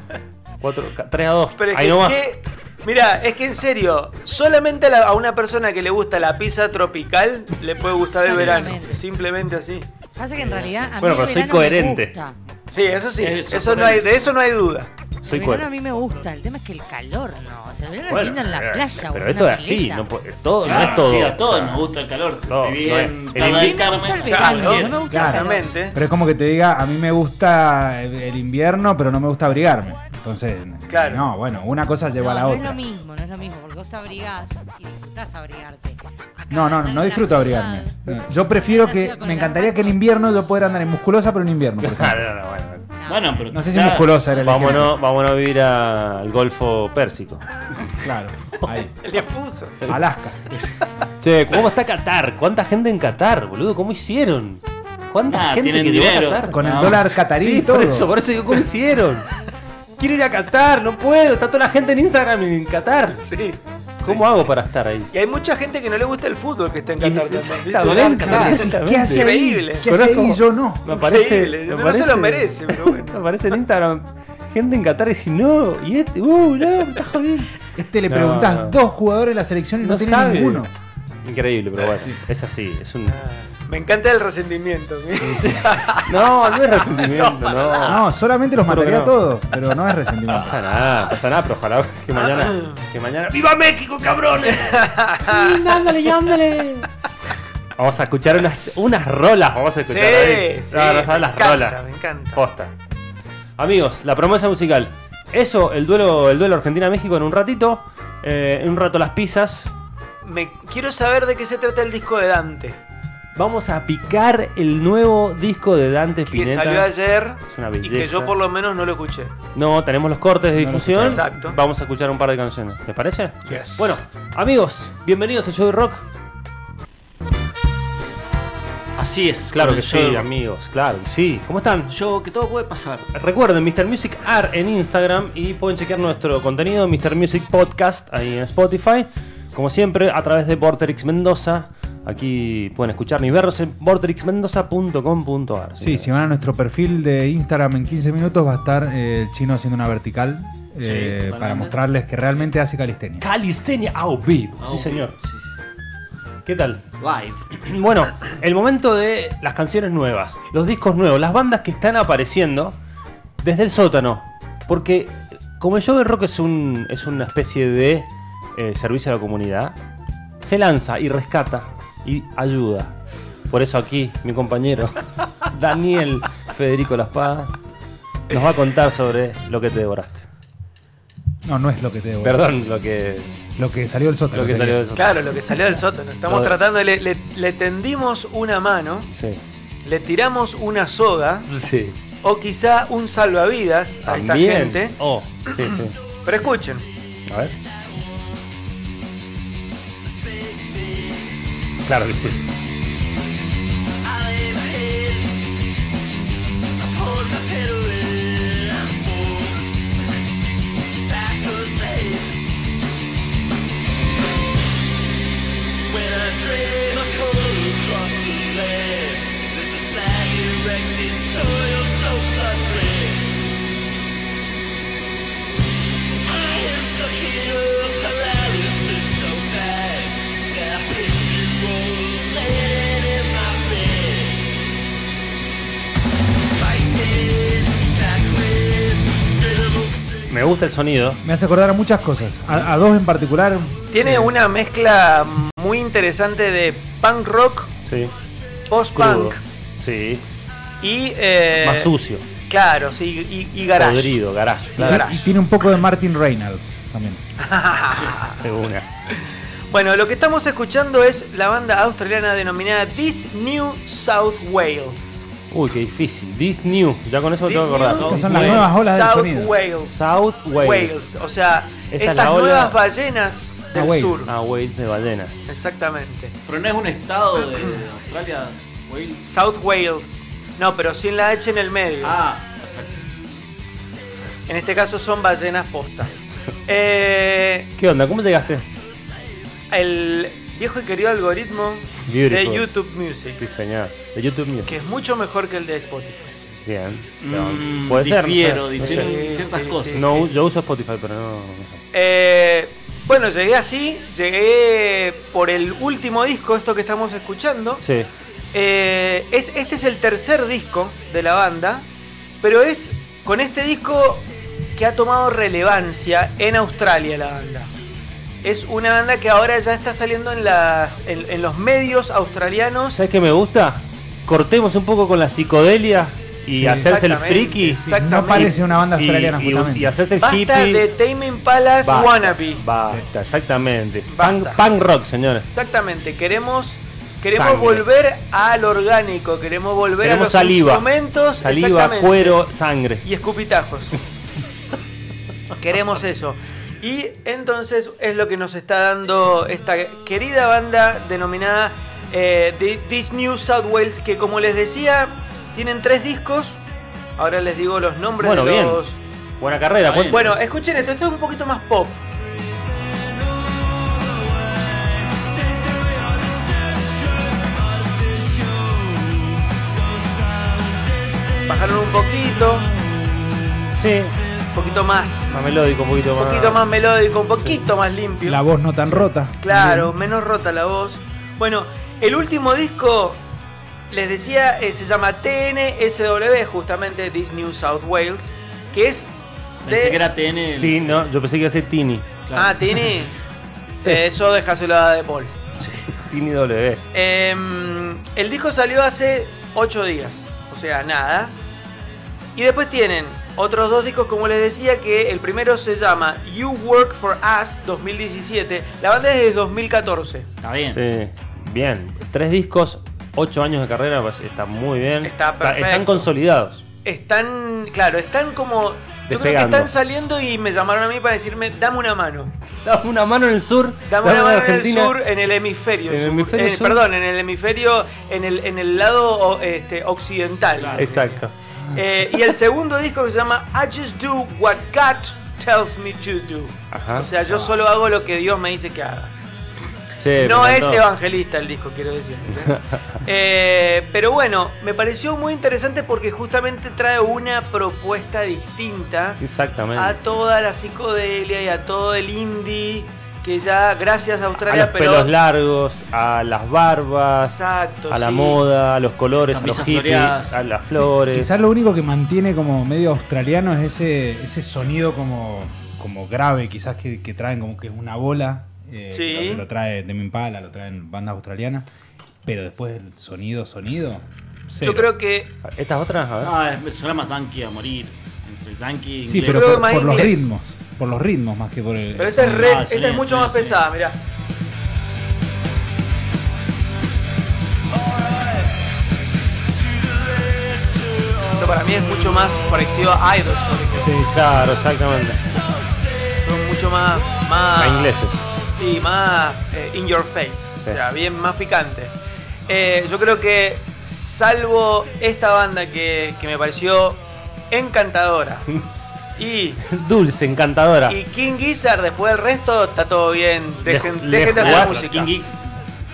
[SPEAKER 2] 4, 3 a 2.
[SPEAKER 5] Pero es
[SPEAKER 2] Ahí
[SPEAKER 5] que,
[SPEAKER 2] nomás.
[SPEAKER 5] que- Mirá, es que en serio, solamente a, la- a una persona que le gusta la pizza tropical le puede gustar el verano.
[SPEAKER 7] Simplemente.
[SPEAKER 5] Simplemente así.
[SPEAKER 7] Pasa que en realidad. A mí
[SPEAKER 2] Bueno,
[SPEAKER 7] el
[SPEAKER 2] pero soy
[SPEAKER 7] verano me
[SPEAKER 2] coherente.
[SPEAKER 7] gusta.
[SPEAKER 5] Sí, eso sí.
[SPEAKER 3] Eso,
[SPEAKER 5] Eso no hay, de eso no hay duda.
[SPEAKER 2] Soy
[SPEAKER 7] el verano
[SPEAKER 2] cuerpo.
[SPEAKER 7] a mí me gusta, el tema es que el calor no. O sea, el verano
[SPEAKER 2] Bueno,
[SPEAKER 7] es lindo en la
[SPEAKER 2] eh,
[SPEAKER 7] playa. o
[SPEAKER 2] pero
[SPEAKER 7] en
[SPEAKER 2] esto
[SPEAKER 7] una
[SPEAKER 2] es así.
[SPEAKER 7] pileta.
[SPEAKER 2] No, puede- todo,
[SPEAKER 3] Claro,
[SPEAKER 2] no es todo.
[SPEAKER 3] Ah, sí, a todos
[SPEAKER 2] O sea,
[SPEAKER 3] nos gusta el calor.
[SPEAKER 2] todo,
[SPEAKER 3] Viví
[SPEAKER 2] no es-
[SPEAKER 3] en
[SPEAKER 2] el
[SPEAKER 3] Playa del
[SPEAKER 2] invierno-
[SPEAKER 3] Carmen,
[SPEAKER 7] Está el
[SPEAKER 3] claro,
[SPEAKER 7] verano,
[SPEAKER 3] bien.
[SPEAKER 7] no me gusta
[SPEAKER 4] Claro.
[SPEAKER 7] el calor.
[SPEAKER 5] Exactamente.
[SPEAKER 4] Pero es como que te diga, a mí me gusta el el invierno, pero no me gusta abrigarme. Entonces,
[SPEAKER 5] Claro.
[SPEAKER 4] no, bueno, una cosa lleva a
[SPEAKER 7] no,
[SPEAKER 4] la
[SPEAKER 7] no
[SPEAKER 4] otra.
[SPEAKER 7] es lo mismo, no es lo mismo, porque vos te abrigás y disfrutás abrigarte. Acá
[SPEAKER 4] No, no, no,
[SPEAKER 7] en
[SPEAKER 4] no
[SPEAKER 7] la
[SPEAKER 4] disfruto
[SPEAKER 7] ciudad,
[SPEAKER 4] abrigarme. Yo prefiero
[SPEAKER 7] en la
[SPEAKER 4] que.
[SPEAKER 7] ciudad con
[SPEAKER 4] Me
[SPEAKER 7] el
[SPEAKER 4] encantaría que en
[SPEAKER 7] asfalto.
[SPEAKER 4] invierno yo pudiera andar en musculosa, pero en invierno. por ejemplo.
[SPEAKER 2] no, no, no, bueno.
[SPEAKER 7] no,
[SPEAKER 3] Bueno, pero
[SPEAKER 4] No sé si
[SPEAKER 3] quizá-
[SPEAKER 4] musculosa era el ejemplo.
[SPEAKER 2] Vámonos, vámonos a vivir a- al Golfo Pérsico.
[SPEAKER 4] Claro, ahí.
[SPEAKER 5] Le puso.
[SPEAKER 4] Alaska.
[SPEAKER 2] Che, ¿cómo está Qatar? ¿Cuánta gente en Qatar, boludo? ¿Cómo hicieron? ¿Cuánta
[SPEAKER 5] Ah,
[SPEAKER 3] Nah,
[SPEAKER 2] gente
[SPEAKER 3] tienen
[SPEAKER 2] que llegó a
[SPEAKER 3] dinero.
[SPEAKER 2] Qatar?
[SPEAKER 4] Con el
[SPEAKER 3] No,
[SPEAKER 4] dólar catarí y
[SPEAKER 2] Sí,
[SPEAKER 4] todo.
[SPEAKER 2] por eso, por eso digo, ¿cómo hicieron? Quiero ir a Qatar, no puedo. Está toda la gente en Instagram y en Qatar.
[SPEAKER 5] Sí.
[SPEAKER 2] ¿Cómo hago para estar ahí?
[SPEAKER 5] Y hay mucha gente que no le gusta el fútbol que está en Qatar. también, ¿viste? Ah,
[SPEAKER 2] Exactamente.
[SPEAKER 5] Qatar.
[SPEAKER 4] ¿Qué hace ahí?
[SPEAKER 5] Increíble.
[SPEAKER 4] ¿Qué hace ahí?
[SPEAKER 2] Conozco-
[SPEAKER 4] Yo no.
[SPEAKER 2] Me aparece.
[SPEAKER 5] Increíble,
[SPEAKER 2] Me
[SPEAKER 5] no se
[SPEAKER 2] aparece-
[SPEAKER 5] lo merece, pero bueno.
[SPEAKER 2] me aparece en Instagram gente en Qatar y si no, y este, uh, no, me está jodiendo.
[SPEAKER 4] Este le
[SPEAKER 2] No,
[SPEAKER 4] preguntás
[SPEAKER 2] no.
[SPEAKER 4] dos jugadores de la selección y no,
[SPEAKER 2] No
[SPEAKER 4] tiene
[SPEAKER 2] sabe.
[SPEAKER 4] ninguno.
[SPEAKER 2] Increíble, pero bueno, es así, es un.
[SPEAKER 5] Me encanta el resentimiento.
[SPEAKER 2] No, no es resentimiento, no.
[SPEAKER 4] No, solamente los
[SPEAKER 2] Ah, Creo
[SPEAKER 4] mataría
[SPEAKER 2] que no.
[SPEAKER 4] a
[SPEAKER 2] Ah,
[SPEAKER 4] todos, pero no es
[SPEAKER 2] No
[SPEAKER 4] resentimiento.
[SPEAKER 2] pasa nada, pasa nada, pero ojalá que mañana.
[SPEAKER 5] Ah.
[SPEAKER 2] Que mañana. ¡Viva México, cabrones!
[SPEAKER 7] Ándale, y ándale.
[SPEAKER 2] Vamos a escuchar unas, unas rolas. Vamos a
[SPEAKER 5] Sí,
[SPEAKER 2] escuchar ahí.
[SPEAKER 5] sí,
[SPEAKER 2] Vamos a abrazar
[SPEAKER 5] me
[SPEAKER 2] las
[SPEAKER 5] encanta,
[SPEAKER 2] rolas.
[SPEAKER 5] me encanta.
[SPEAKER 2] Posta. Amigos, la promesa musical. Eso, el duelo, el duelo Argentina-México en un ratito. Eh, en un rato las pizzas.
[SPEAKER 5] Me quiero saber de qué se trata el disco de Dante.
[SPEAKER 2] Vamos a picar el nuevo disco de Dante
[SPEAKER 5] Que
[SPEAKER 2] Spinetta.
[SPEAKER 5] salió ayer
[SPEAKER 2] Es una
[SPEAKER 5] y que
[SPEAKER 2] belleza.
[SPEAKER 5] yo por lo menos no lo escuché.
[SPEAKER 2] No, tenemos los cortes de
[SPEAKER 4] lo
[SPEAKER 2] difusión.
[SPEAKER 5] escuché. Exacto.
[SPEAKER 2] Vamos a escuchar un par de canciones. ¿Te parece?
[SPEAKER 5] Yes.
[SPEAKER 2] Bueno, amigos, bienvenidos a Show de Rock.
[SPEAKER 3] Así es.
[SPEAKER 2] Claro
[SPEAKER 3] con
[SPEAKER 2] que
[SPEAKER 3] el show.
[SPEAKER 2] sí, amigos. Claro que sí. ¿Cómo están?
[SPEAKER 3] Yo, que todo puede pasar.
[SPEAKER 2] Recuerden, Mr. Music Art en Instagram y pueden chequear nuestro contenido, Mr. Music Podcast, ahí en Spotify. Como siempre, a través de Vorterix Mendoza. Aquí pueden escuchar mis verlos en vorterixmendoza.com.ar.
[SPEAKER 4] Sí, si van a nuestro perfil de Instagram en 15 minutos va a estar eh, el chino haciendo una vertical eh,
[SPEAKER 3] totalmente.
[SPEAKER 4] para mostrarles que realmente hace calistenia.
[SPEAKER 2] Calistenia au vivo.
[SPEAKER 3] Ah,
[SPEAKER 2] Sí,
[SPEAKER 3] ok.
[SPEAKER 2] señor.
[SPEAKER 3] Sí, sí.
[SPEAKER 2] ¿Qué tal?
[SPEAKER 3] Live.
[SPEAKER 2] Bueno, el momento de las canciones nuevas, los discos nuevos, las bandas que están apareciendo desde el sótano. Porque como el show de rock es, un, es una especie de eh, servicio a la comunidad, se lanza y rescata y ayuda. Por eso aquí mi compañero Daniel Federico La Espada nos va a contar sobre lo que te devoraste.
[SPEAKER 4] No, no es lo que te debo.
[SPEAKER 2] Perdón, lo que,
[SPEAKER 4] Lo que salió del sótano.
[SPEAKER 2] lo que
[SPEAKER 4] sería.
[SPEAKER 2] salió del sótano.
[SPEAKER 5] Claro, lo que salió del sótano. Estamos
[SPEAKER 2] Lo-
[SPEAKER 5] tratando, de- le, le- le tendimos una mano,
[SPEAKER 2] Sí.
[SPEAKER 5] le tiramos una soga
[SPEAKER 2] Sí.
[SPEAKER 5] o quizá un salvavidas a esta
[SPEAKER 2] También.
[SPEAKER 5] gente.
[SPEAKER 2] Oh, sí, sí.
[SPEAKER 5] Pero escuchen,
[SPEAKER 2] A ver. Claro que sí.
[SPEAKER 8] I am stuck here, paralysis so bad that I
[SPEAKER 2] gusta el sonido.
[SPEAKER 4] Me hace acordar a muchas cosas. A, a dos en particular.
[SPEAKER 5] Tiene
[SPEAKER 4] eh,
[SPEAKER 5] una mezcla muy interesante de punk rock,
[SPEAKER 2] Sí. Crudo.
[SPEAKER 5] post-punk
[SPEAKER 2] Sí.
[SPEAKER 5] y... eh,
[SPEAKER 2] Más sucio.
[SPEAKER 5] Claro, sí, y, y garage.
[SPEAKER 2] Podrido, garage.
[SPEAKER 4] y-
[SPEAKER 2] Claro.
[SPEAKER 4] y tiene un poco de Martin Reynolds también.
[SPEAKER 2] De una.
[SPEAKER 5] Bueno, lo que estamos escuchando es la banda australiana denominada This New South Wales.
[SPEAKER 2] Uy, qué difícil. This New. Ya con eso me tengo que
[SPEAKER 5] This
[SPEAKER 2] acordar.
[SPEAKER 5] New
[SPEAKER 4] Estas son las nuevas olas del
[SPEAKER 5] South
[SPEAKER 4] sonido.
[SPEAKER 5] Wales.
[SPEAKER 2] South Wales.
[SPEAKER 5] Wales. O sea,
[SPEAKER 2] Esta es
[SPEAKER 5] estas
[SPEAKER 2] la ola-
[SPEAKER 5] nuevas ballenas del
[SPEAKER 4] Wales.
[SPEAKER 5] sur.
[SPEAKER 2] Ah, Wales de ballena.
[SPEAKER 5] Exactamente.
[SPEAKER 3] Pero no es un estado de, de Australia, Wales.
[SPEAKER 5] South Wales. No, pero sin la H en el medio.
[SPEAKER 3] Ah, perfecto.
[SPEAKER 5] En este caso son ballenas posta. Eh,
[SPEAKER 2] ¿Qué onda? ¿Cómo llegaste?
[SPEAKER 5] el viejo y querido algoritmo de
[SPEAKER 2] Beautiful.
[SPEAKER 5] YouTube Music.
[SPEAKER 2] Sí, señor. De YouTube Music.
[SPEAKER 5] Que es mucho mejor que el de Spotify.
[SPEAKER 2] Bien.
[SPEAKER 3] Mm,
[SPEAKER 2] Puede ser. no sé.
[SPEAKER 3] difiero,
[SPEAKER 2] No sé.
[SPEAKER 3] difiero en
[SPEAKER 5] Sí,
[SPEAKER 3] ciertas
[SPEAKER 5] sí,
[SPEAKER 3] cosas.
[SPEAKER 5] sí.
[SPEAKER 2] No, yo uso Spotify, pero no. no sé.
[SPEAKER 5] Eh, bueno, llegué así. Llegué por el último disco, esto que estamos escuchando.
[SPEAKER 2] Sí.
[SPEAKER 5] Eh, es, este es el tercer disco de la banda, pero es con este disco que ha tomado relevancia en Australia la banda. Es una banda que ahora ya está saliendo en, las, en, en los medios australianos.
[SPEAKER 2] ¿Sabes qué me gusta? Cortemos un poco con la psicodelia y
[SPEAKER 4] Sí,
[SPEAKER 2] hacerse el
[SPEAKER 5] exactamente,
[SPEAKER 2] friki.
[SPEAKER 5] sí.
[SPEAKER 4] Sí, No
[SPEAKER 5] Exactamente.
[SPEAKER 4] parece una banda
[SPEAKER 2] Y,
[SPEAKER 4] australiana
[SPEAKER 2] y-
[SPEAKER 4] justamente.
[SPEAKER 2] y hacerse el
[SPEAKER 5] Basta
[SPEAKER 2] hippie.
[SPEAKER 5] de Taming Palace
[SPEAKER 2] Basta,
[SPEAKER 5] Wannabe.
[SPEAKER 2] Basta, exactamente.
[SPEAKER 5] Basta.
[SPEAKER 2] Punk, punk rock, señores.
[SPEAKER 5] Exactamente, queremos, queremos
[SPEAKER 2] Sangre.
[SPEAKER 5] volver al orgánico, queremos volver a
[SPEAKER 2] Queremos
[SPEAKER 5] los
[SPEAKER 2] saliva.
[SPEAKER 5] instrumentos.
[SPEAKER 2] Saliva,
[SPEAKER 5] exactamente.
[SPEAKER 2] cuero, sangre.
[SPEAKER 5] y escupitajos. Queremos eso. Y entonces es lo que nos está dando esta querida banda denominada eh, The- This New South Wales, que como les decía, tienen tres discos. Ahora les digo los nombres
[SPEAKER 2] Bueno,
[SPEAKER 5] de
[SPEAKER 2] bien.
[SPEAKER 5] los...
[SPEAKER 2] Buena carrera. pues,
[SPEAKER 3] Está bien.
[SPEAKER 2] buen-
[SPEAKER 5] Bueno, escuchen esto, esto es un poquito más pop. Bajaron un poquito,
[SPEAKER 2] sí,
[SPEAKER 5] un poquito más,
[SPEAKER 2] más melódico, un poquito
[SPEAKER 5] un
[SPEAKER 2] más.
[SPEAKER 5] poquito más melódico, un poquito más limpio.
[SPEAKER 4] La voz no tan rota.
[SPEAKER 5] Claro, menos rota la voz. Bueno, el último disco, les decía, eh, se llama TNSW, justamente This New South Wales, que es
[SPEAKER 3] Pensé
[SPEAKER 5] de...
[SPEAKER 3] que era TN. el-
[SPEAKER 2] Ti- no, yo pensé que iba a ser Tini.
[SPEAKER 3] claro.
[SPEAKER 5] Ah, Tini. Eh, Eso dejáselo a De Paul.
[SPEAKER 2] Tini W.
[SPEAKER 5] Em, el disco salió hace 8 días, o sea, nada. Y después tienen otros dos discos, como les decía, que el primero se llama You Work for Us 2017. La banda es de 2014.
[SPEAKER 3] Está bien.
[SPEAKER 2] Sí. Bien. Tres discos, ocho años de carrera, pues, está muy bien.
[SPEAKER 5] Está perfecto.
[SPEAKER 2] están consolidados.
[SPEAKER 5] están, claro, están como... Yo creo que
[SPEAKER 2] Despegando.
[SPEAKER 5] están saliendo y me llamaron a mí para decirme, dame una mano.
[SPEAKER 2] Dame una mano en el sur.
[SPEAKER 5] Dame una
[SPEAKER 2] en
[SPEAKER 5] mano
[SPEAKER 2] Argentina.
[SPEAKER 5] en el sur, en el hemisferio.
[SPEAKER 2] En el
[SPEAKER 5] sur.
[SPEAKER 2] hemisferio
[SPEAKER 5] En-
[SPEAKER 2] sur.
[SPEAKER 5] Perdón, en el hemisferio, en el, en el lado o- este, occidental.
[SPEAKER 2] Exacto.
[SPEAKER 5] Eh, y el segundo disco que se llama I Just Do What God Tells Me To Do.
[SPEAKER 2] Ajá.
[SPEAKER 5] O sea, yo solo hago lo que Dios me dice que haga.
[SPEAKER 2] Che,
[SPEAKER 5] no
[SPEAKER 2] Eh, me
[SPEAKER 5] es
[SPEAKER 2] encantó.
[SPEAKER 5] evangelista el disco, quiero decir. Eh, pero bueno, me pareció muy interesante porque justamente trae una propuesta distinta
[SPEAKER 2] Exactamente.
[SPEAKER 5] a toda la psicodelia y a todo el indie que ya gracias a
[SPEAKER 2] a
[SPEAKER 5] Australia
[SPEAKER 2] los
[SPEAKER 5] pero
[SPEAKER 2] pelos largos, a las barbas,
[SPEAKER 5] Exacto,
[SPEAKER 2] a la
[SPEAKER 5] sí.
[SPEAKER 2] moda, a los colores, a los
[SPEAKER 3] Camisas
[SPEAKER 2] hippies,
[SPEAKER 3] floreadas.
[SPEAKER 2] a las flores.
[SPEAKER 4] Quizás lo único que mantiene como medio australiano es ese, ese sonido como, como grave, quizás que, que traen como que es una bola. eh,
[SPEAKER 5] Sí.
[SPEAKER 4] que lo, que lo trae Demi Impala, lo traen bandas australianas. Pero después el sonido, sonido.
[SPEAKER 5] yo creo que
[SPEAKER 2] ¿Estas otras? A ver.
[SPEAKER 3] Ah, es- suena más yankee a morir. Entre yankee e
[SPEAKER 4] Sí,
[SPEAKER 3] inglés.
[SPEAKER 4] pero
[SPEAKER 5] creo
[SPEAKER 4] por,
[SPEAKER 5] que más
[SPEAKER 4] por los
[SPEAKER 5] inglés.
[SPEAKER 4] ritmos. Por los ritmos más que por el.
[SPEAKER 5] pero esta es
[SPEAKER 4] sonido.
[SPEAKER 5] re-
[SPEAKER 3] Ah,
[SPEAKER 5] esta es
[SPEAKER 3] excelente,
[SPEAKER 5] mucho más
[SPEAKER 3] excelente.
[SPEAKER 5] pesada mirá esto para mí es mucho más parecido a Idols por ejemplo.
[SPEAKER 2] Sí, claro, exactamente.
[SPEAKER 5] Son mucho más más
[SPEAKER 2] A ingleses.
[SPEAKER 5] Sí, más eh, in your face,
[SPEAKER 2] Sí.
[SPEAKER 5] o sea, bien más picante. Eh, yo creo que salvo esta banda que, que me pareció encantadora y,
[SPEAKER 2] Dulce, encantadora.
[SPEAKER 5] y King Gizzard, después del resto está todo bien,
[SPEAKER 2] Le-
[SPEAKER 5] dejen,
[SPEAKER 2] le
[SPEAKER 5] dejen de
[SPEAKER 3] Ah,
[SPEAKER 5] hacer
[SPEAKER 2] jugás-
[SPEAKER 3] pero
[SPEAKER 5] música.
[SPEAKER 3] King Geeks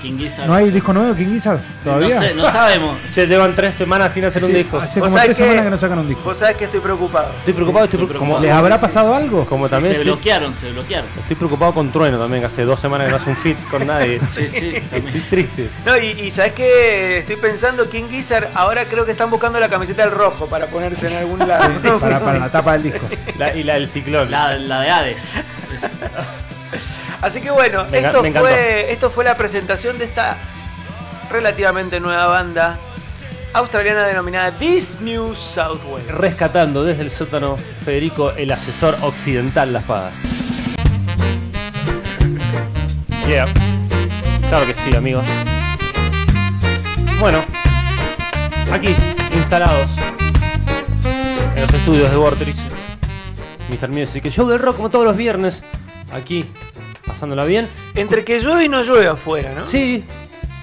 [SPEAKER 6] King Gizzard.
[SPEAKER 4] ¿No hay disco nuevo, King Gizzard? ¿Todavía?
[SPEAKER 6] No, sé, no sabemos.
[SPEAKER 2] Ya llevan tres semanas sin hacer un
[SPEAKER 4] Sí,
[SPEAKER 2] disco.
[SPEAKER 4] Hace
[SPEAKER 5] Vos
[SPEAKER 4] como
[SPEAKER 5] sabés
[SPEAKER 4] tres
[SPEAKER 5] que-
[SPEAKER 4] semanas que no sacan un disco.
[SPEAKER 5] Vos sabés que estoy preocupado.
[SPEAKER 2] Estoy preocupado, estoy preocu- como-
[SPEAKER 6] preocupado.
[SPEAKER 4] ¿Les habrá pasado algo?
[SPEAKER 2] Como también
[SPEAKER 6] Se
[SPEAKER 2] estoy,
[SPEAKER 6] bloquearon, se bloquearon.
[SPEAKER 2] estoy preocupado con Trueno también, que hace dos semanas que no hace un fit con nadie.
[SPEAKER 6] Sí, sí,
[SPEAKER 2] Estoy
[SPEAKER 6] también.
[SPEAKER 2] triste.
[SPEAKER 5] No, y, y sabés que estoy pensando, King Gizzard, ahora creo que están buscando la camiseta del rojo para ponerse en algún lado.
[SPEAKER 4] Sí, para, para la tapa del disco.
[SPEAKER 2] La- y la del ciclón.
[SPEAKER 6] La, la de Hades. Es-
[SPEAKER 5] Así que bueno,
[SPEAKER 2] Me enga-
[SPEAKER 5] esto,
[SPEAKER 2] me encantó.
[SPEAKER 5] fue, esto fue la presentación de esta relativamente nueva banda australiana denominada This New South Wales.
[SPEAKER 2] Rescatando desde el sótano Federico, el asesor occidental, la espada. Yeah. Claro que sí, amigos. Bueno, aquí, instalados en los estudios de Vortrix, Mr. Music, el show del rock como todos los viernes, aquí, pasándola bien.
[SPEAKER 5] Entre que llueve y no llueve afuera, ¿no?
[SPEAKER 2] Sí,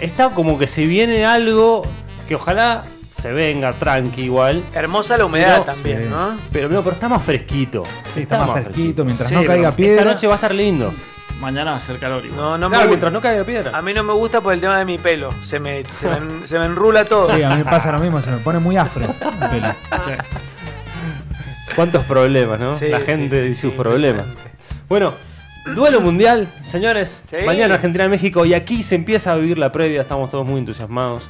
[SPEAKER 2] está como que se viene algo que ojalá se venga tranqui igual.
[SPEAKER 5] Hermosa la humedad
[SPEAKER 2] No.
[SPEAKER 5] también,
[SPEAKER 4] Sí.
[SPEAKER 5] ¿no?
[SPEAKER 2] Pero, no, pero está más fresquito.
[SPEAKER 4] Sí, está más fresquito, mientras no
[SPEAKER 6] Sí,
[SPEAKER 4] caiga
[SPEAKER 6] pero
[SPEAKER 4] piedra.
[SPEAKER 2] Esta noche va a estar lindo.
[SPEAKER 6] Mañana va a ser calor igual.
[SPEAKER 5] No, no
[SPEAKER 2] Claro,
[SPEAKER 5] me
[SPEAKER 2] mientras
[SPEAKER 5] gusta.
[SPEAKER 2] no caiga
[SPEAKER 5] A
[SPEAKER 2] piedra.
[SPEAKER 5] mí no me gusta por el tema de mi pelo. Se me, se me, en- se me enrula todo.
[SPEAKER 4] Sí, a mí me pasa lo mismo, se me pone muy afro el pelo.
[SPEAKER 2] Cuántos problemas, ¿no?
[SPEAKER 5] Sí,
[SPEAKER 2] La
[SPEAKER 5] sí,
[SPEAKER 2] gente
[SPEAKER 5] sí,
[SPEAKER 2] y
[SPEAKER 5] sí,
[SPEAKER 2] sus problemas.
[SPEAKER 5] impresionante.
[SPEAKER 2] Bueno, duelo mundial, señores.
[SPEAKER 5] Sí.
[SPEAKER 2] Mañana Argentina-México y aquí se empieza a vivir la previa. Estamos todos muy entusiasmados.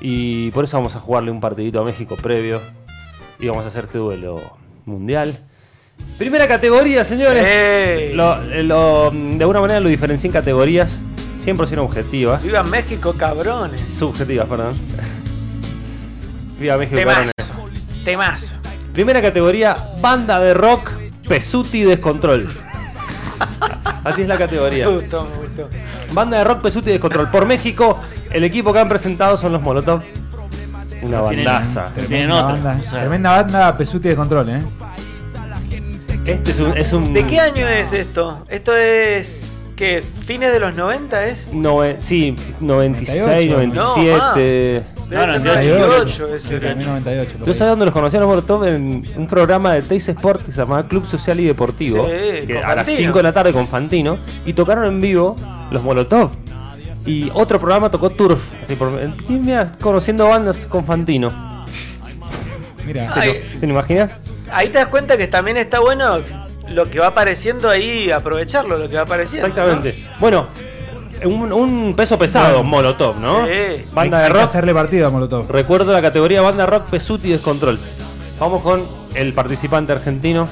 [SPEAKER 2] Y por eso vamos a jugarle un partidito a México previo. Y vamos a hacer este duelo mundial. Primera categoría, señores.
[SPEAKER 5] ¡Ey!
[SPEAKER 2] Lo- eh, lo- de alguna manera lo diferencié en categorías 100% objetivas.
[SPEAKER 5] ¡Viva México, cabrones!
[SPEAKER 2] Subjetivas, perdón. Viva México,
[SPEAKER 5] Temazo.
[SPEAKER 2] cabrones.
[SPEAKER 5] Temazo.
[SPEAKER 2] Primera categoría, banda de rock, Pesuti Descontrol. Así es la
[SPEAKER 5] Me
[SPEAKER 2] categoría.
[SPEAKER 5] gustó, me gustó.
[SPEAKER 2] Banda de rock, Pesuti Descontrol. Por México, el equipo que han presentado son los Molotov. Una
[SPEAKER 6] Tienen-
[SPEAKER 2] bandaza.
[SPEAKER 6] Tienen,
[SPEAKER 4] Tremenda
[SPEAKER 6] otra.
[SPEAKER 4] banda,
[SPEAKER 6] o sea,
[SPEAKER 4] tremenda banda Pesuti de control, ¿eh?
[SPEAKER 2] Este es un... es un-
[SPEAKER 5] ¿De qué año es esto? Esto es. ¿Qué? ¿Fines de los 90 es?
[SPEAKER 2] Nove- sí, 96,
[SPEAKER 4] 98.
[SPEAKER 2] 97...
[SPEAKER 5] Debe
[SPEAKER 6] No,
[SPEAKER 5] ser
[SPEAKER 6] 98.
[SPEAKER 5] 98 ese.
[SPEAKER 4] Yo creo que a mí 98. lo
[SPEAKER 2] Yo
[SPEAKER 4] vi.
[SPEAKER 2] sabía dónde los conocí a los Molotov en un programa de Teis Sport que se llamaba Club Social y Deportivo.
[SPEAKER 5] Sí,
[SPEAKER 2] que
[SPEAKER 5] con
[SPEAKER 2] a las
[SPEAKER 5] Fantino.
[SPEAKER 2] 5 de la tarde con Fantino. Y tocaron en vivo los Molotov. Y otro programa tocó Turf. Así por, y mira, conociendo bandas con Fantino.
[SPEAKER 4] Mira,
[SPEAKER 5] Ay,
[SPEAKER 2] ¿Te lo imaginas?
[SPEAKER 5] Ahí te das cuenta que también está bueno lo que va apareciendo ahí, aprovecharlo, lo que va apareciendo.
[SPEAKER 2] Exactamente. Bueno, un, un peso pesado,
[SPEAKER 4] Bueno.
[SPEAKER 2] Molotov, ¿no?
[SPEAKER 5] Sí.
[SPEAKER 2] Banda de
[SPEAKER 4] hay que
[SPEAKER 2] rock.
[SPEAKER 4] hacerle partido a Molotov.
[SPEAKER 2] Recuerdo la categoría banda rock, pesuti y descontrol. Vamos con el participante argentino.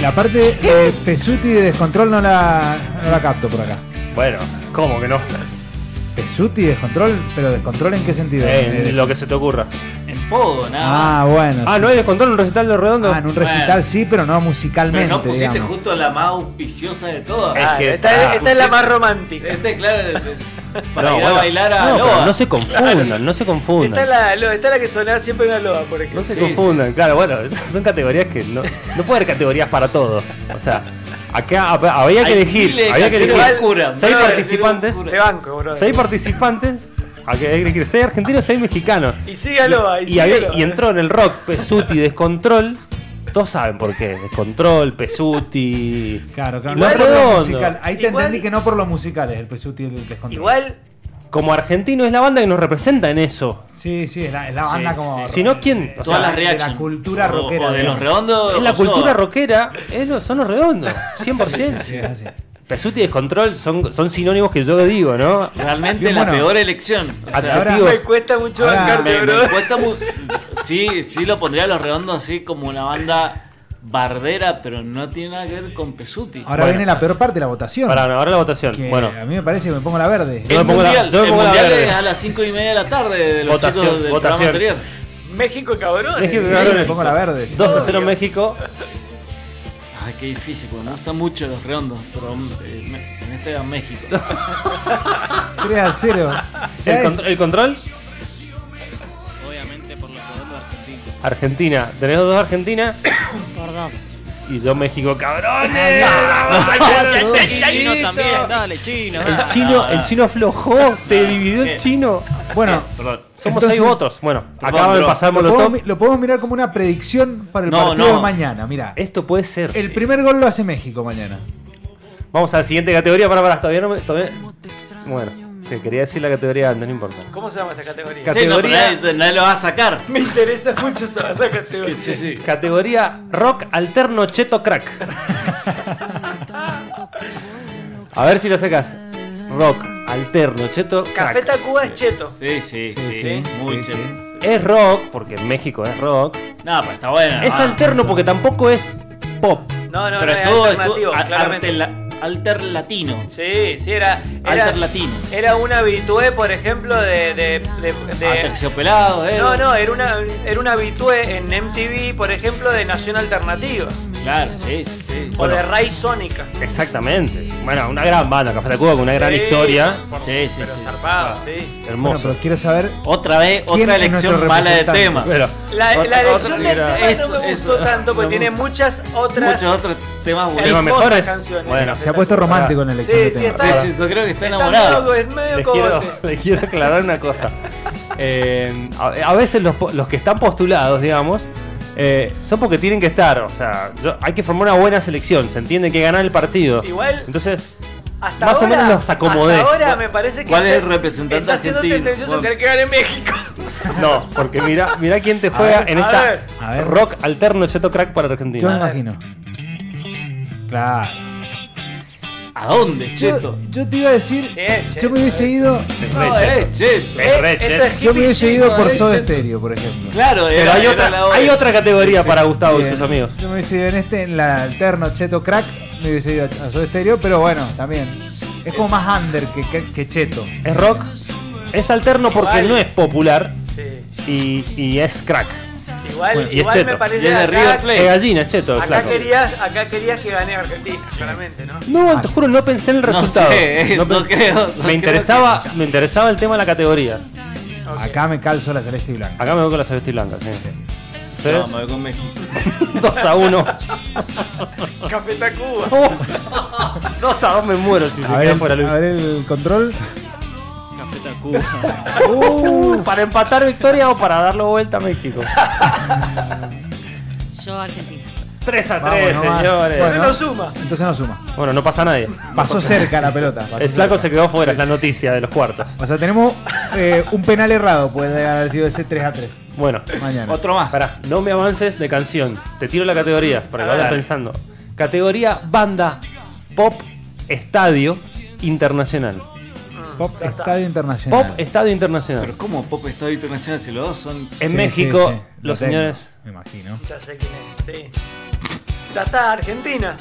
[SPEAKER 4] La parte de Pesuti de descontrol no la, no la capto por acá.
[SPEAKER 2] Bueno, ¿cómo que no?
[SPEAKER 4] Pesuti descontrol, pero descontrol en qué sentido?
[SPEAKER 2] Eh,
[SPEAKER 4] De-
[SPEAKER 2] lo que se te ocurra.
[SPEAKER 6] En podo, nada más.
[SPEAKER 4] Ah, bueno.
[SPEAKER 2] Ah, no hay descontrol en un recital de los redondos.
[SPEAKER 4] Ah, en un recital sí, pero no musicalmente.
[SPEAKER 6] Pero no pusiste
[SPEAKER 4] digamos.
[SPEAKER 6] justo la más auspiciosa de todas.
[SPEAKER 2] Eh.
[SPEAKER 5] Ah,
[SPEAKER 2] Es que-
[SPEAKER 5] esta
[SPEAKER 2] ah,
[SPEAKER 5] es- esta es la
[SPEAKER 6] sí.
[SPEAKER 5] más romántica.
[SPEAKER 6] Este, claro, es- es para
[SPEAKER 2] No,
[SPEAKER 6] ir
[SPEAKER 2] bueno,
[SPEAKER 6] a bailar a
[SPEAKER 2] no, pero
[SPEAKER 6] Loa.
[SPEAKER 2] no se confundan, no se
[SPEAKER 5] Esta es
[SPEAKER 2] confundan.
[SPEAKER 5] la, lo- esta es la que sonaba siempre en la loba, por ejemplo.
[SPEAKER 2] No se
[SPEAKER 6] Sí,
[SPEAKER 2] confundan, claro, bueno, son categorías que no, no puede haber categorías para todo. O sea, acá hab- había que
[SPEAKER 6] Hay
[SPEAKER 2] elegir,
[SPEAKER 6] miles de
[SPEAKER 2] había que
[SPEAKER 6] canciones
[SPEAKER 2] elegir
[SPEAKER 6] oscuras,
[SPEAKER 2] seis
[SPEAKER 6] brother,
[SPEAKER 2] participantes,
[SPEAKER 6] tiene
[SPEAKER 5] Te banco, bro.
[SPEAKER 2] seis participantes, hay que elegir seis argentinos, seis mexicanos.
[SPEAKER 5] Y sigue a loba. Y,
[SPEAKER 2] Y,
[SPEAKER 5] sigue
[SPEAKER 2] había-
[SPEAKER 5] Loba.
[SPEAKER 2] y entró en el rock Pesuti Descontrol. Todos saben por qué. Descontrol, Pesuti.
[SPEAKER 4] Claro, claro.
[SPEAKER 2] Y Los
[SPEAKER 4] no por lo
[SPEAKER 2] Redondos.
[SPEAKER 4] musical. Ahí te
[SPEAKER 5] Igual-
[SPEAKER 4] entendí que no por lo musical es el Pesuti el descontrol.
[SPEAKER 5] Igual,
[SPEAKER 2] Como argentino es la banda que nos representa en eso.
[SPEAKER 4] Sí, sí, es la, es la banda
[SPEAKER 6] Sí,
[SPEAKER 4] como.
[SPEAKER 6] sí.
[SPEAKER 2] Si no, ¿quién? O
[SPEAKER 6] Todas
[SPEAKER 2] sea,
[SPEAKER 6] las reactions.
[SPEAKER 4] la cultura
[SPEAKER 6] O-
[SPEAKER 4] rockera,
[SPEAKER 6] O de los
[SPEAKER 4] digamos.
[SPEAKER 6] redondos.
[SPEAKER 2] Es la
[SPEAKER 6] o Soda.
[SPEAKER 2] cultura rockera, es lo- son los redondos, 100%.
[SPEAKER 4] Sí, es así.
[SPEAKER 2] Pesuti y descontrol son, son sinónimos que yo digo, ¿no?
[SPEAKER 6] Realmente
[SPEAKER 4] Bien,
[SPEAKER 6] la
[SPEAKER 4] bueno.
[SPEAKER 6] peor elección. O sea,
[SPEAKER 2] Atrás.
[SPEAKER 4] Ahora,
[SPEAKER 2] Digo,
[SPEAKER 5] me cuesta mucho
[SPEAKER 4] ahora
[SPEAKER 5] bancarte,
[SPEAKER 6] me, me
[SPEAKER 5] bro.
[SPEAKER 6] cuesta mu- Sí, sí lo pondría a los redondos así como una banda bardera, pero no tiene nada que ver con Pesuti.
[SPEAKER 4] ahora
[SPEAKER 2] Bueno.
[SPEAKER 4] viene la peor parte, la votación.
[SPEAKER 2] Para ahora la votación.
[SPEAKER 4] que
[SPEAKER 2] Bueno,
[SPEAKER 4] A mí me parece que me pongo la verde.
[SPEAKER 2] Yo me
[SPEAKER 6] el
[SPEAKER 2] pongo la-
[SPEAKER 6] mundial,
[SPEAKER 2] yo me
[SPEAKER 6] el
[SPEAKER 2] pongo la
[SPEAKER 6] mundial
[SPEAKER 2] verde.
[SPEAKER 6] es a las 5 y media de la tarde de los
[SPEAKER 2] Votación,
[SPEAKER 6] chicos del
[SPEAKER 2] votación.
[SPEAKER 6] programa anterior.
[SPEAKER 5] México, cabrón.
[SPEAKER 2] México,
[SPEAKER 4] Sí,
[SPEAKER 2] cabrones.
[SPEAKER 4] me pongo la verde.
[SPEAKER 2] 2 a 0 México.
[SPEAKER 6] Ay, qué difícil, porque me gustan mucho los redondos, pero eh, me- en este era México.
[SPEAKER 4] 3 a 0.
[SPEAKER 2] El, contr- el control,
[SPEAKER 6] Obviamente por la poder de Argentina.
[SPEAKER 2] Argentina. Tenés dos Argentina.
[SPEAKER 7] Por dos.
[SPEAKER 2] Y yo México, cabrones.
[SPEAKER 6] El chino también, Ah. dale, chino.
[SPEAKER 2] El chino, el chino aflojó, te dividió el chino.
[SPEAKER 4] Bueno,
[SPEAKER 6] Eh, Perdón.
[SPEAKER 2] Somos
[SPEAKER 4] Entonces-
[SPEAKER 2] seis votos. Bueno, acaba de
[SPEAKER 6] bro.
[SPEAKER 2] pasar
[SPEAKER 4] lo podemos,
[SPEAKER 2] Molotov.
[SPEAKER 4] mi- lo podemos mirar como una predicción para el
[SPEAKER 6] No,
[SPEAKER 4] partido
[SPEAKER 6] no.
[SPEAKER 4] de mañana. Mira,
[SPEAKER 2] Esto puede ser.
[SPEAKER 4] el primer gol lo hace México mañana.
[SPEAKER 2] Vamos a la siguiente categoría. Para, para, todavía no me. todavía- Bueno, te quería decir la categoría antes, no importa.
[SPEAKER 5] ¿Cómo se llama esta categoría?
[SPEAKER 2] Cat-
[SPEAKER 6] Sí, no, pero
[SPEAKER 2] Categoría-
[SPEAKER 6] nadie, nadie lo va a sacar.
[SPEAKER 5] Me interesa mucho saber la categoría.
[SPEAKER 6] Sí, sí.
[SPEAKER 2] Categoría rock alterno cheto crack. A ver si lo sacas. Rock alterno cheto
[SPEAKER 5] Café
[SPEAKER 2] crack.
[SPEAKER 5] Tacuba es cheto.
[SPEAKER 6] Sí, sí, sí.
[SPEAKER 4] sí,
[SPEAKER 6] Muy
[SPEAKER 4] sí,
[SPEAKER 6] cheto.
[SPEAKER 2] Es rock porque en México es rock.
[SPEAKER 6] No, pero está bueno.
[SPEAKER 2] Es alterno porque tampoco es pop.
[SPEAKER 5] No, no,
[SPEAKER 6] Pero
[SPEAKER 5] no, es
[SPEAKER 6] estuvo,
[SPEAKER 5] alternativo,
[SPEAKER 6] estuvo a-
[SPEAKER 5] claramente.
[SPEAKER 6] altela- alter latino.
[SPEAKER 5] Sí, sí, era. era este
[SPEAKER 6] Alter latino.
[SPEAKER 5] Era un habitué, por ejemplo, de. de, de- de-
[SPEAKER 6] Aterciopelado, Ah, eh.
[SPEAKER 5] no, no, era una, era un habitué en MTV, por ejemplo, de Nación Alternativa.
[SPEAKER 6] Claro, sí, sí, sí.
[SPEAKER 5] O de
[SPEAKER 2] Bueno.
[SPEAKER 5] Ray Sónica.
[SPEAKER 2] Exactamente. Bueno, una gran banda, Café Tacuba, con una gran
[SPEAKER 5] Sí,
[SPEAKER 2] historia.
[SPEAKER 5] por-
[SPEAKER 6] Sí, sí,
[SPEAKER 5] pero
[SPEAKER 6] sí.
[SPEAKER 5] zarpado, sí.
[SPEAKER 4] Bueno,
[SPEAKER 2] Hermoso.
[SPEAKER 4] pero quiero saber.
[SPEAKER 6] Otra vez,
[SPEAKER 4] ¿Quién
[SPEAKER 6] otra
[SPEAKER 4] es nuestro
[SPEAKER 6] elección mala de
[SPEAKER 4] representante?
[SPEAKER 6] tema.
[SPEAKER 2] Pero-
[SPEAKER 5] La,
[SPEAKER 6] Otra-
[SPEAKER 5] la elección
[SPEAKER 6] otra-
[SPEAKER 5] del tema
[SPEAKER 6] eso-
[SPEAKER 5] no me
[SPEAKER 6] eso.
[SPEAKER 5] gustó tanto porque
[SPEAKER 6] No me
[SPEAKER 5] tiene muchas otras.
[SPEAKER 6] Muchos otros temas
[SPEAKER 2] Temas
[SPEAKER 6] buenos.
[SPEAKER 5] hermosas
[SPEAKER 2] mejores.
[SPEAKER 5] canciones.
[SPEAKER 2] Bueno,
[SPEAKER 4] Se ha puesto romántico en la elección
[SPEAKER 5] Sí,
[SPEAKER 4] de
[SPEAKER 5] sí,
[SPEAKER 4] temas.
[SPEAKER 5] está-
[SPEAKER 6] Sí, sí, yo creo que está
[SPEAKER 5] Está
[SPEAKER 6] enamorado.
[SPEAKER 5] loco, es medio
[SPEAKER 2] Les quiero,
[SPEAKER 5] cogote.
[SPEAKER 2] les quiero aclarar una cosa. Eh, a, a veces los, po- los que están postulados, digamos, eh, son porque tienen que estar. O sea, yo- hay que formar una buena selección. Se entiende que ganar el partido.
[SPEAKER 5] Igual-
[SPEAKER 2] Entonces,
[SPEAKER 5] Hasta
[SPEAKER 2] Más o
[SPEAKER 5] ahora-
[SPEAKER 2] menos los acomodé.
[SPEAKER 5] Hasta ahora me parece que.
[SPEAKER 6] ¿Cuál es el
[SPEAKER 5] está-
[SPEAKER 6] representante
[SPEAKER 5] está siendo
[SPEAKER 6] argentino?
[SPEAKER 5] tendencioso
[SPEAKER 6] Vos.
[SPEAKER 5] querer que gane en México.
[SPEAKER 2] no, porque mira, mira quién te juega
[SPEAKER 4] ver,
[SPEAKER 2] en
[SPEAKER 5] a
[SPEAKER 2] esta
[SPEAKER 5] ver,
[SPEAKER 4] a ver.
[SPEAKER 2] rock alterno cheto crack para
[SPEAKER 4] Yo me
[SPEAKER 2] Argentina.
[SPEAKER 4] imagino. Claro.
[SPEAKER 6] ¿A dónde,
[SPEAKER 4] Yo,
[SPEAKER 6] cheto?
[SPEAKER 4] yo te iba a decir.
[SPEAKER 5] Sí, sí,
[SPEAKER 4] yo me hubiese ido.
[SPEAKER 5] No,
[SPEAKER 6] Eh, cheto.
[SPEAKER 2] Es re
[SPEAKER 5] Eh, esto
[SPEAKER 2] cheto.
[SPEAKER 5] es
[SPEAKER 4] Yo me
[SPEAKER 5] hippie
[SPEAKER 4] hubiese
[SPEAKER 5] chic,
[SPEAKER 4] ido por
[SPEAKER 5] eh,
[SPEAKER 4] Soda
[SPEAKER 5] cheto.
[SPEAKER 4] Stereo, por ejemplo.
[SPEAKER 6] Claro,
[SPEAKER 2] Pero
[SPEAKER 6] era-
[SPEAKER 2] hay
[SPEAKER 5] eh,
[SPEAKER 6] era
[SPEAKER 2] otra,
[SPEAKER 6] la hora.
[SPEAKER 2] hay otra categoría para Gustavo y
[SPEAKER 4] Bien.
[SPEAKER 2] sus amigos.
[SPEAKER 4] Yo me hubiese ido en este, en la alterno Cheto Crack, me hubiese ido a a Soda Stereo, pero bueno, también. Es como más under que, que- que Cheto.
[SPEAKER 2] Es rock, es alterno porque
[SPEAKER 5] Igual.
[SPEAKER 2] no es popular
[SPEAKER 5] Sí.
[SPEAKER 2] y, y es crack.
[SPEAKER 5] Igual,
[SPEAKER 2] Bueno, y es
[SPEAKER 5] igual me
[SPEAKER 2] cheto.
[SPEAKER 5] parece
[SPEAKER 6] Y es de
[SPEAKER 5] que
[SPEAKER 6] River
[SPEAKER 5] acá,
[SPEAKER 6] Plate.
[SPEAKER 2] Es gallina, es cheto,
[SPEAKER 5] acá
[SPEAKER 2] flaco.
[SPEAKER 5] querías, acá querías que gane Argentina, claramente, ¿no?
[SPEAKER 2] No, te juro, no pensé en el
[SPEAKER 6] No
[SPEAKER 2] resultado.
[SPEAKER 6] sé, eh, no
[SPEAKER 2] pen-
[SPEAKER 6] creo, no
[SPEAKER 2] me interesaba, me interesaba el tema de la categoría.
[SPEAKER 4] Acá me calzo la celeste y blanca.
[SPEAKER 2] Acá me voy con la celeste y blanca. sí.
[SPEAKER 6] No,
[SPEAKER 2] Tres,
[SPEAKER 6] me voy con México.
[SPEAKER 2] Dos a uno.
[SPEAKER 5] Café Tacuba.
[SPEAKER 2] Dos a dos me muero si se
[SPEAKER 4] A ver,
[SPEAKER 2] queda
[SPEAKER 4] el,
[SPEAKER 2] fuera Luis.
[SPEAKER 4] a ver el control.
[SPEAKER 6] Café Tacuba.
[SPEAKER 2] Uh, para empatar victoria o para darlo vuelta a México.
[SPEAKER 7] Yo, Argentina.
[SPEAKER 2] 3 a
[SPEAKER 4] Vamos
[SPEAKER 2] 3,
[SPEAKER 4] nomás.
[SPEAKER 2] señores.
[SPEAKER 5] Eso
[SPEAKER 2] Bueno.
[SPEAKER 4] Bueno.
[SPEAKER 5] no suma.
[SPEAKER 4] Entonces no suma.
[SPEAKER 2] no pasa nadie.
[SPEAKER 4] Pasó cerca la pelota. pasó
[SPEAKER 2] El flaco se
[SPEAKER 4] cerca.
[SPEAKER 2] quedó fuera, es la noticia de los cuartos.
[SPEAKER 4] O sea, tenemos eh, un penal errado, puede haber sido ese 3 a 3.
[SPEAKER 2] Bueno,
[SPEAKER 4] Mañana.
[SPEAKER 6] Otro más.
[SPEAKER 2] pará, no me avances de canción. Te tiro la categoría para que
[SPEAKER 5] A
[SPEAKER 2] vayas
[SPEAKER 5] ver.
[SPEAKER 2] pensando. Categoría banda, pop, estadio, internacional.
[SPEAKER 4] Pop Estadio Internacional.
[SPEAKER 2] Pop, estadio internacional.
[SPEAKER 6] Pero ¿cómo Pop Estado Internacional si los dos son
[SPEAKER 2] En
[SPEAKER 4] Sí,
[SPEAKER 2] México,
[SPEAKER 4] sí, sí, lo
[SPEAKER 2] los
[SPEAKER 4] tengo,
[SPEAKER 2] señores.
[SPEAKER 4] Me imagino.
[SPEAKER 5] Ya sé quién es, sí. Ya está, Argentina.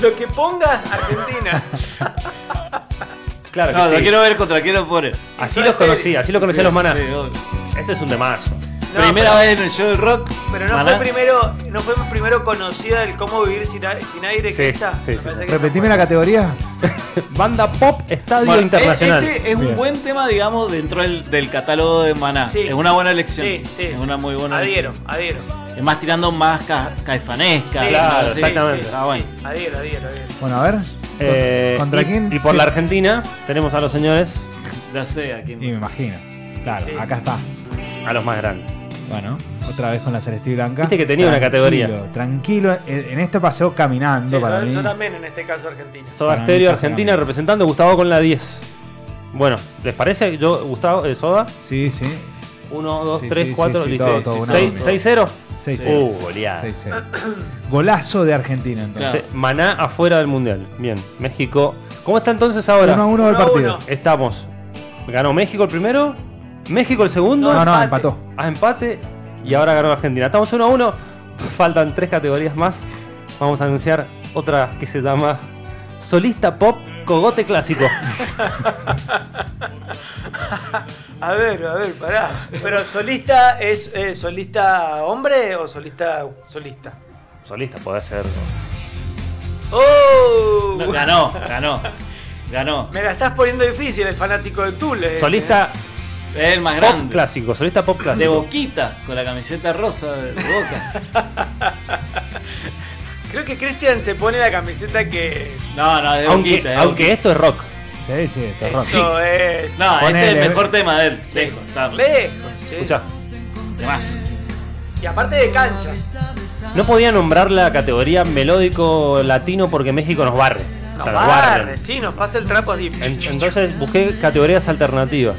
[SPEAKER 5] Lo que pongas, Argentina.
[SPEAKER 2] Claro que
[SPEAKER 6] No, lo
[SPEAKER 2] sí.
[SPEAKER 6] quiero ver contra quién lo pone.
[SPEAKER 2] Así los conocí, así los conocí
[SPEAKER 6] Sí,
[SPEAKER 2] a los maná.
[SPEAKER 6] sí, obvio.
[SPEAKER 2] Este es un demazo.
[SPEAKER 5] No,
[SPEAKER 6] Primera
[SPEAKER 5] pero-
[SPEAKER 6] vez en el show del rock.
[SPEAKER 5] Pero no
[SPEAKER 6] Maná.
[SPEAKER 5] fue primero, no fue primero conocida del cómo vivir sin, a- sin aire
[SPEAKER 2] Sí,
[SPEAKER 5] que está.
[SPEAKER 2] sí, sí, sí.
[SPEAKER 4] Repetime la categoría.
[SPEAKER 2] Banda pop, estadio
[SPEAKER 6] Bueno,
[SPEAKER 2] internacional.
[SPEAKER 6] Este es un
[SPEAKER 4] Bien.
[SPEAKER 6] buen tema, digamos, dentro del, del catálogo de Maná.
[SPEAKER 5] Sí.
[SPEAKER 6] Es una buena elección.
[SPEAKER 5] Sí, sí.
[SPEAKER 6] Es una muy buena
[SPEAKER 5] Adhiero,
[SPEAKER 6] elección.
[SPEAKER 5] adhiero.
[SPEAKER 6] Es más tirando más ca- caifanesca.
[SPEAKER 5] Sí,
[SPEAKER 2] claro,
[SPEAKER 6] ¿no? Sí,
[SPEAKER 2] exactamente.
[SPEAKER 6] sí, Está bueno.
[SPEAKER 5] Adhiero, adhiero, adhiero.
[SPEAKER 4] Bueno, a ver.
[SPEAKER 2] Eh,
[SPEAKER 4] ¿Contra
[SPEAKER 2] y,
[SPEAKER 4] quién?
[SPEAKER 2] Y por
[SPEAKER 4] se-
[SPEAKER 2] la Argentina tenemos a los señores,
[SPEAKER 6] Ya sé a quién
[SPEAKER 4] Y me
[SPEAKER 6] vas.
[SPEAKER 4] imagino. Claro,
[SPEAKER 5] Sí.
[SPEAKER 4] acá está.
[SPEAKER 2] a los más grandes.
[SPEAKER 4] Bueno, otra vez con la celeste y blanca.
[SPEAKER 2] Viste que tenía una
[SPEAKER 4] Tranquilo,
[SPEAKER 2] categoría.
[SPEAKER 4] Tranquilo, en en este paseo caminando
[SPEAKER 5] Sí,
[SPEAKER 4] para
[SPEAKER 5] yo,
[SPEAKER 4] mí.
[SPEAKER 5] yo también en este caso Argentina.
[SPEAKER 2] Soda
[SPEAKER 4] Para mí
[SPEAKER 2] Stereo
[SPEAKER 4] está
[SPEAKER 2] Argentina
[SPEAKER 4] fenomenal.
[SPEAKER 2] representando Gustavo con la 10. Bueno, ¿les parece? Yo, Gustavo, eh, Soda,
[SPEAKER 4] Sí, sí.
[SPEAKER 2] 1, 2,
[SPEAKER 4] Sí,
[SPEAKER 2] 3,
[SPEAKER 4] sí,
[SPEAKER 2] 4,
[SPEAKER 4] sí, sí, todo, todo, una onda.
[SPEAKER 2] 6-0.
[SPEAKER 4] 6-0.
[SPEAKER 2] Uh, goleada.
[SPEAKER 4] 6-0. Golazo de Argentina entonces.
[SPEAKER 2] Se- Maná afuera del mundial. Bien, México. ¿Cómo está entonces ahora?
[SPEAKER 4] 1 a 1 del
[SPEAKER 5] Uno a
[SPEAKER 4] partido.
[SPEAKER 5] uno.
[SPEAKER 2] Estamos. Ganó México el primero, México el segundo.
[SPEAKER 4] No, no,
[SPEAKER 5] empate.
[SPEAKER 4] empató.
[SPEAKER 2] a empate y ahora ganó Argentina. Estamos 1 a 1, faltan tres categorías más. Vamos a anunciar otra que se llama Solista Pop Cogote Clásico.
[SPEAKER 5] A ver, a ver, pará. Pero solista es eh, solista hombre o solista solista.
[SPEAKER 2] Solista puede ser.
[SPEAKER 5] ¡Oh!
[SPEAKER 6] No, ganó, ganó. Ganó.
[SPEAKER 5] Me la estás poniendo difícil el fanático de Tule. eh.
[SPEAKER 2] Solista
[SPEAKER 6] Es el más
[SPEAKER 2] Pop
[SPEAKER 6] grande.
[SPEAKER 2] Clásico, solista Pop
[SPEAKER 6] De
[SPEAKER 2] Clásico.
[SPEAKER 6] boquita, con la camiseta rosa de boca.
[SPEAKER 5] Creo que Cristian se pone la camiseta que.
[SPEAKER 6] No, no, de
[SPEAKER 2] Aunque,
[SPEAKER 6] Boquita, de
[SPEAKER 2] aunque esto es rock.
[SPEAKER 4] Sí, sí, está rock.
[SPEAKER 5] Eso es.
[SPEAKER 6] Boquita. No,
[SPEAKER 4] Ponele,
[SPEAKER 6] este es
[SPEAKER 4] ve-
[SPEAKER 6] el mejor tema de él. Lejos, está.
[SPEAKER 5] Lejos, sí.
[SPEAKER 2] Escuchá,
[SPEAKER 6] Temazo.
[SPEAKER 5] Y aparte de cancha.
[SPEAKER 2] no podía nombrar la categoría melódico latino porque México nos barre. O
[SPEAKER 5] Nos
[SPEAKER 2] sea,
[SPEAKER 5] barre, sí, nos pasa el trapo así.
[SPEAKER 2] En- Entonces busqué categorías alternativas.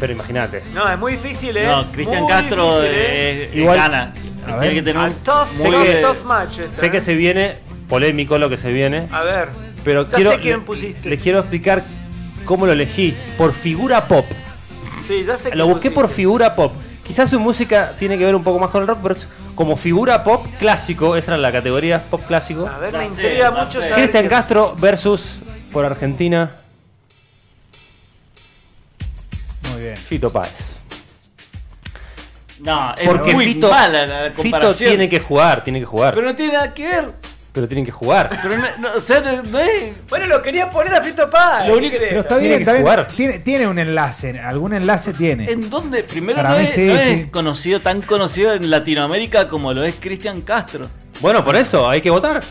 [SPEAKER 2] Pero imagínate.
[SPEAKER 5] No, es muy difícil, ¿eh?
[SPEAKER 6] No, Cristian
[SPEAKER 5] Muy
[SPEAKER 6] Castro
[SPEAKER 5] difícil, ¿eh?
[SPEAKER 6] eh, eh,
[SPEAKER 2] Igual-
[SPEAKER 6] gana.
[SPEAKER 4] A
[SPEAKER 6] Tiene
[SPEAKER 4] ver.
[SPEAKER 6] que tener
[SPEAKER 5] Ah,
[SPEAKER 6] un
[SPEAKER 5] Tough,
[SPEAKER 2] Muy
[SPEAKER 5] tough,
[SPEAKER 2] bien.
[SPEAKER 5] tough match. esta,
[SPEAKER 2] Sé
[SPEAKER 5] ¿eh?
[SPEAKER 2] que se viene polémico lo que se viene,
[SPEAKER 5] A ver.
[SPEAKER 2] pero
[SPEAKER 5] Ah, ya
[SPEAKER 2] quiero
[SPEAKER 5] sé quién
[SPEAKER 2] le-
[SPEAKER 5] pusiste.
[SPEAKER 2] les quiero explicar cómo lo elegí por figura pop.
[SPEAKER 5] Sí, ya sé
[SPEAKER 2] Lo
[SPEAKER 5] quién
[SPEAKER 2] busqué
[SPEAKER 5] pusiste.
[SPEAKER 2] por figura pop. Quizás su música tiene que ver un poco más con el rock, pero es como figura pop clásico, esa era la categoría pop clásico.
[SPEAKER 5] A ver,
[SPEAKER 6] Ya
[SPEAKER 5] me
[SPEAKER 6] sé, ya
[SPEAKER 5] intriga mucho
[SPEAKER 6] sé.
[SPEAKER 5] saber.
[SPEAKER 2] Cristian
[SPEAKER 5] quién-
[SPEAKER 2] Castro versus por Argentina
[SPEAKER 4] Muy bien.
[SPEAKER 2] Fito Páez.
[SPEAKER 6] No, es
[SPEAKER 2] Porque
[SPEAKER 6] muy
[SPEAKER 2] Fito,
[SPEAKER 6] mala la
[SPEAKER 2] Fito
[SPEAKER 6] comparación.
[SPEAKER 2] tiene que jugar, tiene que jugar,
[SPEAKER 6] Pero
[SPEAKER 2] pero,
[SPEAKER 6] no tiene nada que ver.
[SPEAKER 2] tienen que jugar.
[SPEAKER 6] Pero no, no, o sea, no, no es.
[SPEAKER 5] Bueno, lo quería poner a Fito Paz.
[SPEAKER 6] Lo único-
[SPEAKER 4] Pero está
[SPEAKER 2] Tiene
[SPEAKER 4] bien,
[SPEAKER 2] que
[SPEAKER 4] está bien.
[SPEAKER 2] jugar.
[SPEAKER 4] Tiene, tiene un enlace, algún enlace tiene.
[SPEAKER 6] ¿En dónde? Primero
[SPEAKER 4] Para
[SPEAKER 6] no,
[SPEAKER 4] mí
[SPEAKER 6] es,
[SPEAKER 4] sí,
[SPEAKER 6] no
[SPEAKER 4] sí.
[SPEAKER 6] es conocido, tan conocido en Latinoamérica como lo es Cristian Castro.
[SPEAKER 2] Bueno, por eso hay que votar.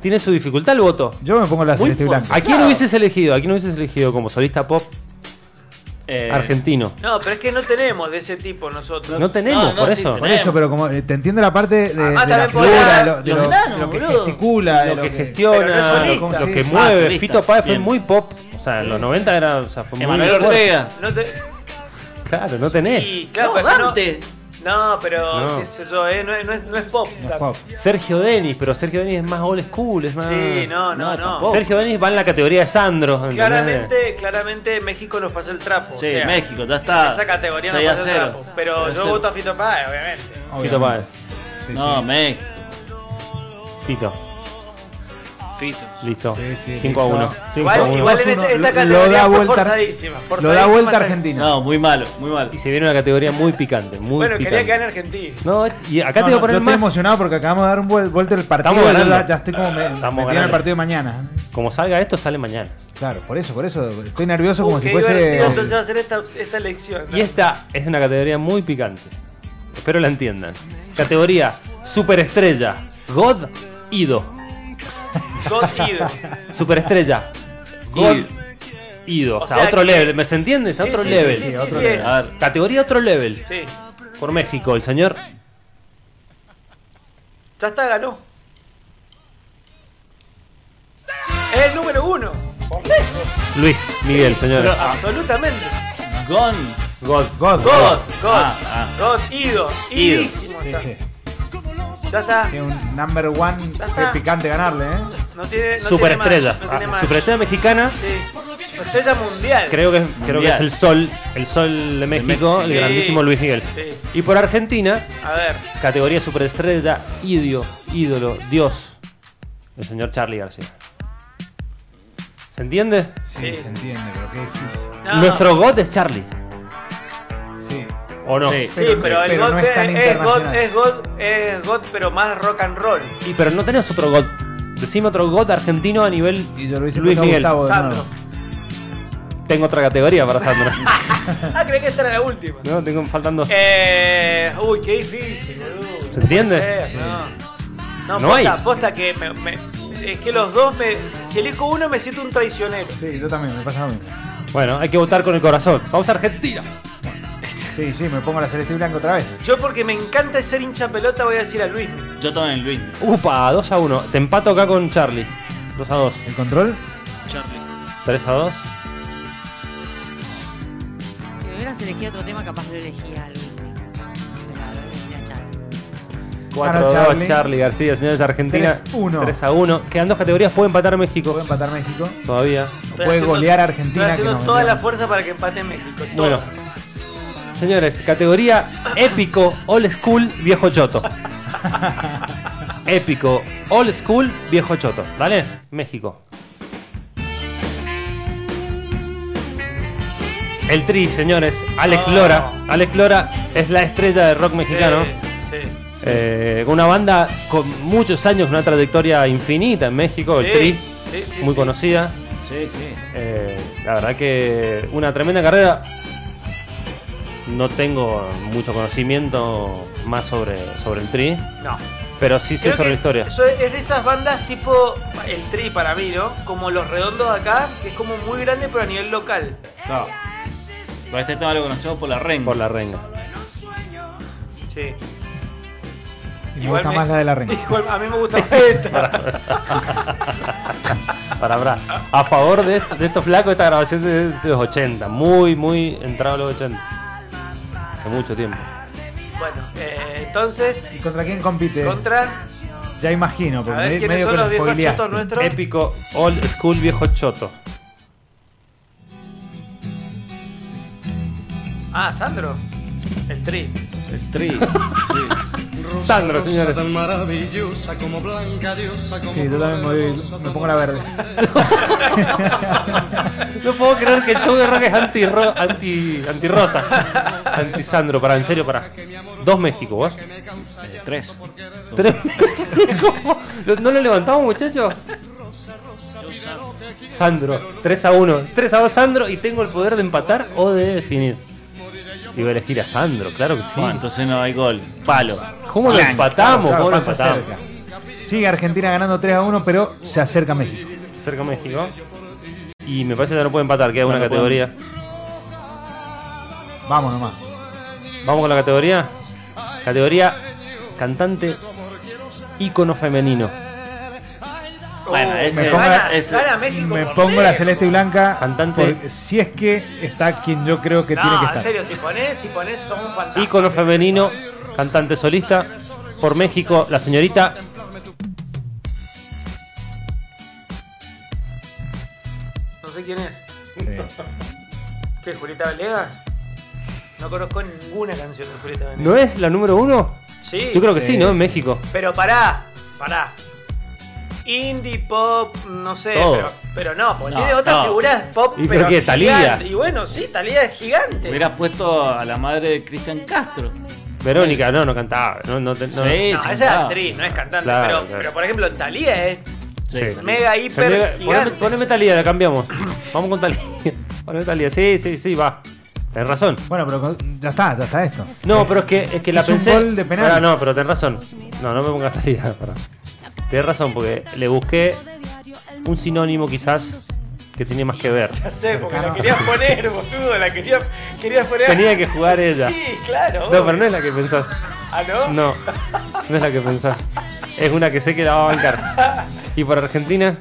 [SPEAKER 2] Tiene su dificultad el voto.
[SPEAKER 4] Yo me pongo la
[SPEAKER 6] Muy
[SPEAKER 4] celeste blanca.
[SPEAKER 2] ¿A
[SPEAKER 6] forzado.
[SPEAKER 2] quién hubieses elegido? ¿A quién hubieses elegido como solista pop
[SPEAKER 6] Eh,
[SPEAKER 2] argentino?
[SPEAKER 5] No, pero es que no tenemos de ese tipo nosotros.
[SPEAKER 2] No tenemos,
[SPEAKER 6] no, no,
[SPEAKER 2] por
[SPEAKER 6] sí
[SPEAKER 2] eso.
[SPEAKER 4] Por eso, pero como eh, te entiendo la parte de, de
[SPEAKER 5] Además,
[SPEAKER 4] la
[SPEAKER 5] también podés
[SPEAKER 4] figura, de
[SPEAKER 5] dar
[SPEAKER 4] lo, de
[SPEAKER 6] los
[SPEAKER 4] lo-
[SPEAKER 6] enanos,
[SPEAKER 4] lo que
[SPEAKER 6] boludo.
[SPEAKER 4] gesticula, de
[SPEAKER 2] lo que
[SPEAKER 5] pero no es
[SPEAKER 2] gestiona,
[SPEAKER 5] solista.
[SPEAKER 2] lo, lo que
[SPEAKER 6] Sí, sí. Ah,
[SPEAKER 2] mueve.
[SPEAKER 6] solista.
[SPEAKER 2] Fito Páez fue
[SPEAKER 6] Bien.
[SPEAKER 2] muy pop. O sea, en los 90 era. O sea, fue muy
[SPEAKER 6] Emanuel
[SPEAKER 2] fuerte.
[SPEAKER 6] Ortega.
[SPEAKER 5] No te-
[SPEAKER 2] Claro, no tenés.
[SPEAKER 5] Y, claro,
[SPEAKER 6] No,
[SPEAKER 5] pero no-
[SPEAKER 6] Dante.
[SPEAKER 5] No, pero
[SPEAKER 2] No.
[SPEAKER 5] qué sé yo, eh, no, es- no es, no es pop.
[SPEAKER 4] No es pop.
[SPEAKER 2] Sergio Denis, pero Sergio Denis es más old school, es más.
[SPEAKER 5] Sí, no, no, no.
[SPEAKER 2] tampoco. Sergio Denis va en la categoría de Sandro. ¿entendés?
[SPEAKER 5] Claramente, claramente México nos pasó el trapo. o
[SPEAKER 6] Sí,
[SPEAKER 5] sea,
[SPEAKER 6] México, ya
[SPEAKER 2] Ah,
[SPEAKER 6] está.
[SPEAKER 5] Esa categoría nos
[SPEAKER 6] 6 a
[SPEAKER 5] pasó el
[SPEAKER 6] 0.
[SPEAKER 5] trapo. Pero
[SPEAKER 6] 6 a
[SPEAKER 5] yo
[SPEAKER 6] 0.
[SPEAKER 5] voto a Fito Páez, obviamente.
[SPEAKER 2] Fito Páez.
[SPEAKER 4] Sí, sí.
[SPEAKER 6] No, México.
[SPEAKER 2] Fito.
[SPEAKER 6] Fito.
[SPEAKER 2] Listo.
[SPEAKER 4] Sí, sí,
[SPEAKER 2] 5 a 1.
[SPEAKER 4] listo.
[SPEAKER 2] 5 a
[SPEAKER 5] Igual,
[SPEAKER 2] 1.
[SPEAKER 5] igual en este,
[SPEAKER 4] Uno,
[SPEAKER 5] esta,
[SPEAKER 4] lo-
[SPEAKER 5] esta
[SPEAKER 4] lo
[SPEAKER 5] categoría
[SPEAKER 4] da
[SPEAKER 5] fue
[SPEAKER 4] vuelta-
[SPEAKER 5] forzadísima.
[SPEAKER 4] Lo da
[SPEAKER 5] forzadísima
[SPEAKER 4] vuelta
[SPEAKER 5] hasta-
[SPEAKER 4] Argentina.
[SPEAKER 6] No, muy malo, muy malo.
[SPEAKER 2] Y se viene una categoría muy picante. Muy
[SPEAKER 5] Bueno,
[SPEAKER 2] picante.
[SPEAKER 5] quería que gane Argentina.
[SPEAKER 2] No, y acá te voy
[SPEAKER 4] No,
[SPEAKER 2] a
[SPEAKER 4] no, yo
[SPEAKER 2] poner
[SPEAKER 4] estoy
[SPEAKER 2] más.
[SPEAKER 4] emocionado porque acabamos de dar un vuel- vuelta el partido.
[SPEAKER 2] Estamos
[SPEAKER 4] ya-
[SPEAKER 2] ganando.
[SPEAKER 4] Ya estoy como me,
[SPEAKER 2] Estamos
[SPEAKER 4] metido en el
[SPEAKER 2] ganando.
[SPEAKER 4] partido de mañana.
[SPEAKER 2] Como salga esto, sale mañana.
[SPEAKER 4] Claro, por eso, por eso. Estoy nervioso como
[SPEAKER 5] Uh,
[SPEAKER 4] si
[SPEAKER 5] qué
[SPEAKER 4] fuese.
[SPEAKER 5] divertido, entonces va a ser esta, esta elección. ¿no?
[SPEAKER 2] Y esta es una categoría muy picante. Espero la entiendan. Categoría Superestrella. God Ido.
[SPEAKER 5] God Idol.
[SPEAKER 2] Superestrella. God Ido. O sea,
[SPEAKER 5] O sea
[SPEAKER 2] otro
[SPEAKER 5] que-
[SPEAKER 2] level. ¿Me se entiende? Es
[SPEAKER 5] Sí,
[SPEAKER 2] otro
[SPEAKER 5] sí,
[SPEAKER 2] level.
[SPEAKER 5] sí, sí, sí,
[SPEAKER 4] otro
[SPEAKER 5] sí,
[SPEAKER 4] nivel.
[SPEAKER 5] es.
[SPEAKER 6] A ver,
[SPEAKER 2] Categoría otro level.
[SPEAKER 5] Sí.
[SPEAKER 2] Por México, el señor.
[SPEAKER 5] Ya está, ganó. Es el número uno.
[SPEAKER 2] Luis Miguel, señor.
[SPEAKER 5] Absolutamente.
[SPEAKER 2] Ah.
[SPEAKER 6] Gone.
[SPEAKER 2] God.
[SPEAKER 4] God,
[SPEAKER 5] ah, God, God,
[SPEAKER 6] Ah, ah.
[SPEAKER 5] God, Ido,
[SPEAKER 6] Ido.
[SPEAKER 5] idísimo
[SPEAKER 4] Sí,
[SPEAKER 5] está.
[SPEAKER 4] sí.
[SPEAKER 5] Ya está.
[SPEAKER 4] Tiene un number one
[SPEAKER 5] Ya está.
[SPEAKER 4] es picante ganarle, ¿eh?
[SPEAKER 5] No tiene, no
[SPEAKER 2] Superestrella.
[SPEAKER 5] Tiene más, no tiene
[SPEAKER 2] Ah,
[SPEAKER 5] más.
[SPEAKER 2] Superestrella mexicana.
[SPEAKER 5] Sí. Estrella mundial.
[SPEAKER 2] Creo que, creo que es el sol, el sol de México,
[SPEAKER 6] México.
[SPEAKER 2] el grandísimo Luis Miguel.
[SPEAKER 5] Sí.
[SPEAKER 2] Y por Argentina,
[SPEAKER 5] A ver.
[SPEAKER 2] Categoría superestrella, idio, ídolo, dios. El señor Charlie García. ¿Se entiende?
[SPEAKER 4] Sí,
[SPEAKER 5] Sí.
[SPEAKER 4] se entiende, pero qué difícil.
[SPEAKER 5] No.
[SPEAKER 2] Nuestro God es Charlie.
[SPEAKER 4] Sí.
[SPEAKER 2] ¿O no?
[SPEAKER 6] Sí.
[SPEAKER 5] Sí, pero, el
[SPEAKER 4] pero
[SPEAKER 5] God,
[SPEAKER 4] no es
[SPEAKER 5] es,
[SPEAKER 4] tan
[SPEAKER 5] es God,
[SPEAKER 4] internacional.
[SPEAKER 5] es God, es God, pero más rock and roll.
[SPEAKER 2] Y pero no tenés otro God. Decime otro God argentino a nivel
[SPEAKER 4] Y yo lo hice
[SPEAKER 2] Luis
[SPEAKER 4] puesto a
[SPEAKER 2] Miguel.
[SPEAKER 4] Gustavo eh. de
[SPEAKER 5] Sandro.
[SPEAKER 4] nuevo.
[SPEAKER 2] Tengo otra categoría para Sandra.
[SPEAKER 5] Ah, creí que esta era la última.
[SPEAKER 2] no, tengo faltando.
[SPEAKER 5] Eh, uy, qué difícil, boludo.
[SPEAKER 2] ¿Se entiende?
[SPEAKER 5] No, puede ser, no. No,
[SPEAKER 2] No
[SPEAKER 5] posta,
[SPEAKER 2] hay.
[SPEAKER 5] posta que me, me- es que los dos me. Si elijo uno me siento un traicionero.
[SPEAKER 4] Sí, yo también, me pasa lo mismo.
[SPEAKER 2] Bueno, hay que votar con el corazón. Vamos a Argentina.
[SPEAKER 4] Sí, sí, me pongo la celeste blanca otra vez.
[SPEAKER 5] Yo porque me encanta ser hincha pelota voy a decir a Luis.
[SPEAKER 6] Yo también, Luis.
[SPEAKER 2] Upa, 2 a 1. Te empato acá con Charlie. 2 a 2.
[SPEAKER 4] ¿El control?
[SPEAKER 6] Charlie.
[SPEAKER 2] 3 a 2.
[SPEAKER 7] Si me hubieras elegido otro tema, capaz lo elegía al Pero a ver, elegí a Charlie.
[SPEAKER 2] 4 a
[SPEAKER 4] Gana
[SPEAKER 2] 2. Charlie.
[SPEAKER 4] Charlie.
[SPEAKER 2] García, señores de Argentina.
[SPEAKER 4] 3-1.
[SPEAKER 2] 3 a 1. Quedan dos categorías. Puede empatar México.
[SPEAKER 4] Puede empatar México.
[SPEAKER 2] Todavía.
[SPEAKER 5] Estoy
[SPEAKER 4] Puede
[SPEAKER 5] haciendo-
[SPEAKER 4] golear a
[SPEAKER 5] Estoy
[SPEAKER 4] Argentina. que
[SPEAKER 5] haciendo
[SPEAKER 4] nos
[SPEAKER 5] toda la
[SPEAKER 4] metieron.
[SPEAKER 5] fuerza para que empate México. todo.
[SPEAKER 2] Bueno. Señores, categoría épico, old school, viejo choto. épico, old school, viejo choto. ¿Vale? México. El tri, señores. Alex
[SPEAKER 5] Oh.
[SPEAKER 2] Lora. Alex Lora es la estrella del rock mexicano.
[SPEAKER 5] Sí, sí.
[SPEAKER 2] Eh, una banda con muchos años, una trayectoria infinita en México, el
[SPEAKER 5] Sí,
[SPEAKER 2] Tri,
[SPEAKER 5] sí, sí,
[SPEAKER 2] muy
[SPEAKER 5] sí.
[SPEAKER 2] conocida.
[SPEAKER 6] Sí, sí.
[SPEAKER 2] Eh, la verdad que una tremenda carrera. No tengo mucho conocimiento más sobre, sobre el tri.
[SPEAKER 5] No.
[SPEAKER 2] Pero sí sé sobre
[SPEAKER 5] Creo que
[SPEAKER 2] la
[SPEAKER 5] es-
[SPEAKER 2] historia.
[SPEAKER 5] eso Es, es de esas bandas tipo el tri para mí, ¿no? Como los redondos de acá, que es como muy grande pero a nivel local.
[SPEAKER 6] Claro. Pero este tema lo conocemos por la renga.
[SPEAKER 2] Por la renga.
[SPEAKER 5] Sí.
[SPEAKER 4] Y me
[SPEAKER 5] Igual
[SPEAKER 4] gusta
[SPEAKER 5] me-
[SPEAKER 4] más la de la renga.
[SPEAKER 5] Igual a mí me gusta más esta.
[SPEAKER 2] Para, para. A favor de, est- de estos flacos, esta grabación de, de los 80. Muy, muy entrado los 80. Hace mucho tiempo.
[SPEAKER 5] Bueno, eh, entonces,
[SPEAKER 4] ¿Y contra quién compite?
[SPEAKER 5] contra.
[SPEAKER 4] Ya imagino,
[SPEAKER 5] A
[SPEAKER 4] porque
[SPEAKER 5] ver
[SPEAKER 4] me-
[SPEAKER 5] quiénes
[SPEAKER 4] medio
[SPEAKER 5] son
[SPEAKER 4] que
[SPEAKER 5] los
[SPEAKER 4] lo
[SPEAKER 5] viejos
[SPEAKER 4] spoileaste.
[SPEAKER 5] chotos nuestros.
[SPEAKER 2] Épico old school viejo choto.
[SPEAKER 5] Ah, Sandro. El tri.
[SPEAKER 6] El tri. sí.
[SPEAKER 2] Sandro, señores.
[SPEAKER 8] tan maravillosa como blanca diosa como
[SPEAKER 4] Sí, yo también me, voy- me pongo la verde.
[SPEAKER 2] No puedo creer que el show de rock es anti, ro- anti, anti rosa. Anti Sandro, para, en serio, para. Dos México, vos.
[SPEAKER 6] Eh, tres.
[SPEAKER 2] Tres México. ¿Lo- ¿No lo levantamos, muchachos? Sandro, 3 a 1. 3 a 2 Sandro y tengo el poder de empatar o de definir. Iba a elegir a Sandro, claro que sí.
[SPEAKER 6] Bueno, entonces no hay gol. Palo.
[SPEAKER 2] ¿Cómo lo
[SPEAKER 6] Clank.
[SPEAKER 2] empatamos?
[SPEAKER 4] Claro,
[SPEAKER 2] ¿Cómo lo
[SPEAKER 4] pasa
[SPEAKER 2] empatamos?
[SPEAKER 4] cerca. Sigue Argentina ganando 3 a 1, pero se acerca a México.
[SPEAKER 2] Cerca México. Y me parece que no puede empatar, queda
[SPEAKER 6] No
[SPEAKER 2] una
[SPEAKER 6] lo
[SPEAKER 2] categoría.
[SPEAKER 4] Vamos nomás.
[SPEAKER 2] Vamos con la categoría. Categoría cantante ícono femenino.
[SPEAKER 6] Bueno, ese,
[SPEAKER 4] pongo
[SPEAKER 5] Uh, gana,
[SPEAKER 4] la-
[SPEAKER 6] ese-
[SPEAKER 5] gana México.
[SPEAKER 4] Me
[SPEAKER 5] por
[SPEAKER 4] pongo la
[SPEAKER 5] lejos.
[SPEAKER 4] celeste y blanca.
[SPEAKER 2] Cantante.
[SPEAKER 4] porque Si es que está quien yo creo que tiene
[SPEAKER 5] No,
[SPEAKER 4] que
[SPEAKER 5] en
[SPEAKER 4] estar.
[SPEAKER 5] serio, si ponés, si ponés, somos fantásticos.
[SPEAKER 2] Ícono femenino, cantante solista. Por México, la señorita.
[SPEAKER 5] No sé quién es.
[SPEAKER 4] Sí.
[SPEAKER 5] ¿Qué, Julieta Velega? No conozco ninguna canción de Julieta Velega.
[SPEAKER 2] ¿No es la número uno?
[SPEAKER 5] Sí.
[SPEAKER 2] Yo creo que
[SPEAKER 4] Sí,
[SPEAKER 2] sí, ¿no? En
[SPEAKER 4] sí.
[SPEAKER 2] México.
[SPEAKER 5] Pero pará, pará. Indie pop, no sé,
[SPEAKER 2] Todo.
[SPEAKER 5] pero, pero no, tiene
[SPEAKER 6] No,
[SPEAKER 5] otras
[SPEAKER 6] no.
[SPEAKER 5] figuras pop,
[SPEAKER 2] ¿Y
[SPEAKER 5] pero
[SPEAKER 2] pero qué, Thalía?
[SPEAKER 5] gigante. Y bueno, sí, Talía es gigante.
[SPEAKER 6] hubieras puesto a la madre de Cristian Castro.
[SPEAKER 2] Verónica, no, no cantaba. No, no, te- no.
[SPEAKER 6] Sí.
[SPEAKER 5] no, esa es
[SPEAKER 6] cantaba.
[SPEAKER 5] actriz, no es cantante.
[SPEAKER 2] Claro,
[SPEAKER 5] pero,
[SPEAKER 2] claro.
[SPEAKER 5] pero por ejemplo, eh. Talía es
[SPEAKER 2] Sí.
[SPEAKER 5] mega hiper
[SPEAKER 2] Poneme- Poneme,
[SPEAKER 5] gigante.
[SPEAKER 2] poneme Talía, la cambiamos. Vamos con Talía. Poneme Talía, sí, sí, sí, va. Tenés razón.
[SPEAKER 4] Bueno, pero con- ya está, ya está esto.
[SPEAKER 2] No, pero es que, es que la
[SPEAKER 4] Eh, Hizo un
[SPEAKER 2] pensé.
[SPEAKER 4] gol de penal.
[SPEAKER 2] Pará, no, pero tenés razón. No, no me pongas Talía. pará. Tenés razón, porque le busqué un sinónimo quizás que tiene más que ver.
[SPEAKER 5] Ya sé, porque la querías poner, boludo, la querías, querías poner.
[SPEAKER 2] Tenía que jugar ella.
[SPEAKER 5] Sí, claro.
[SPEAKER 2] No,
[SPEAKER 5] obvio.
[SPEAKER 2] pero no es la que pensás.
[SPEAKER 5] Ah, ¿no?
[SPEAKER 2] No, no es la que pensás. Es una que sé que la va a bancar. Y por Argentina.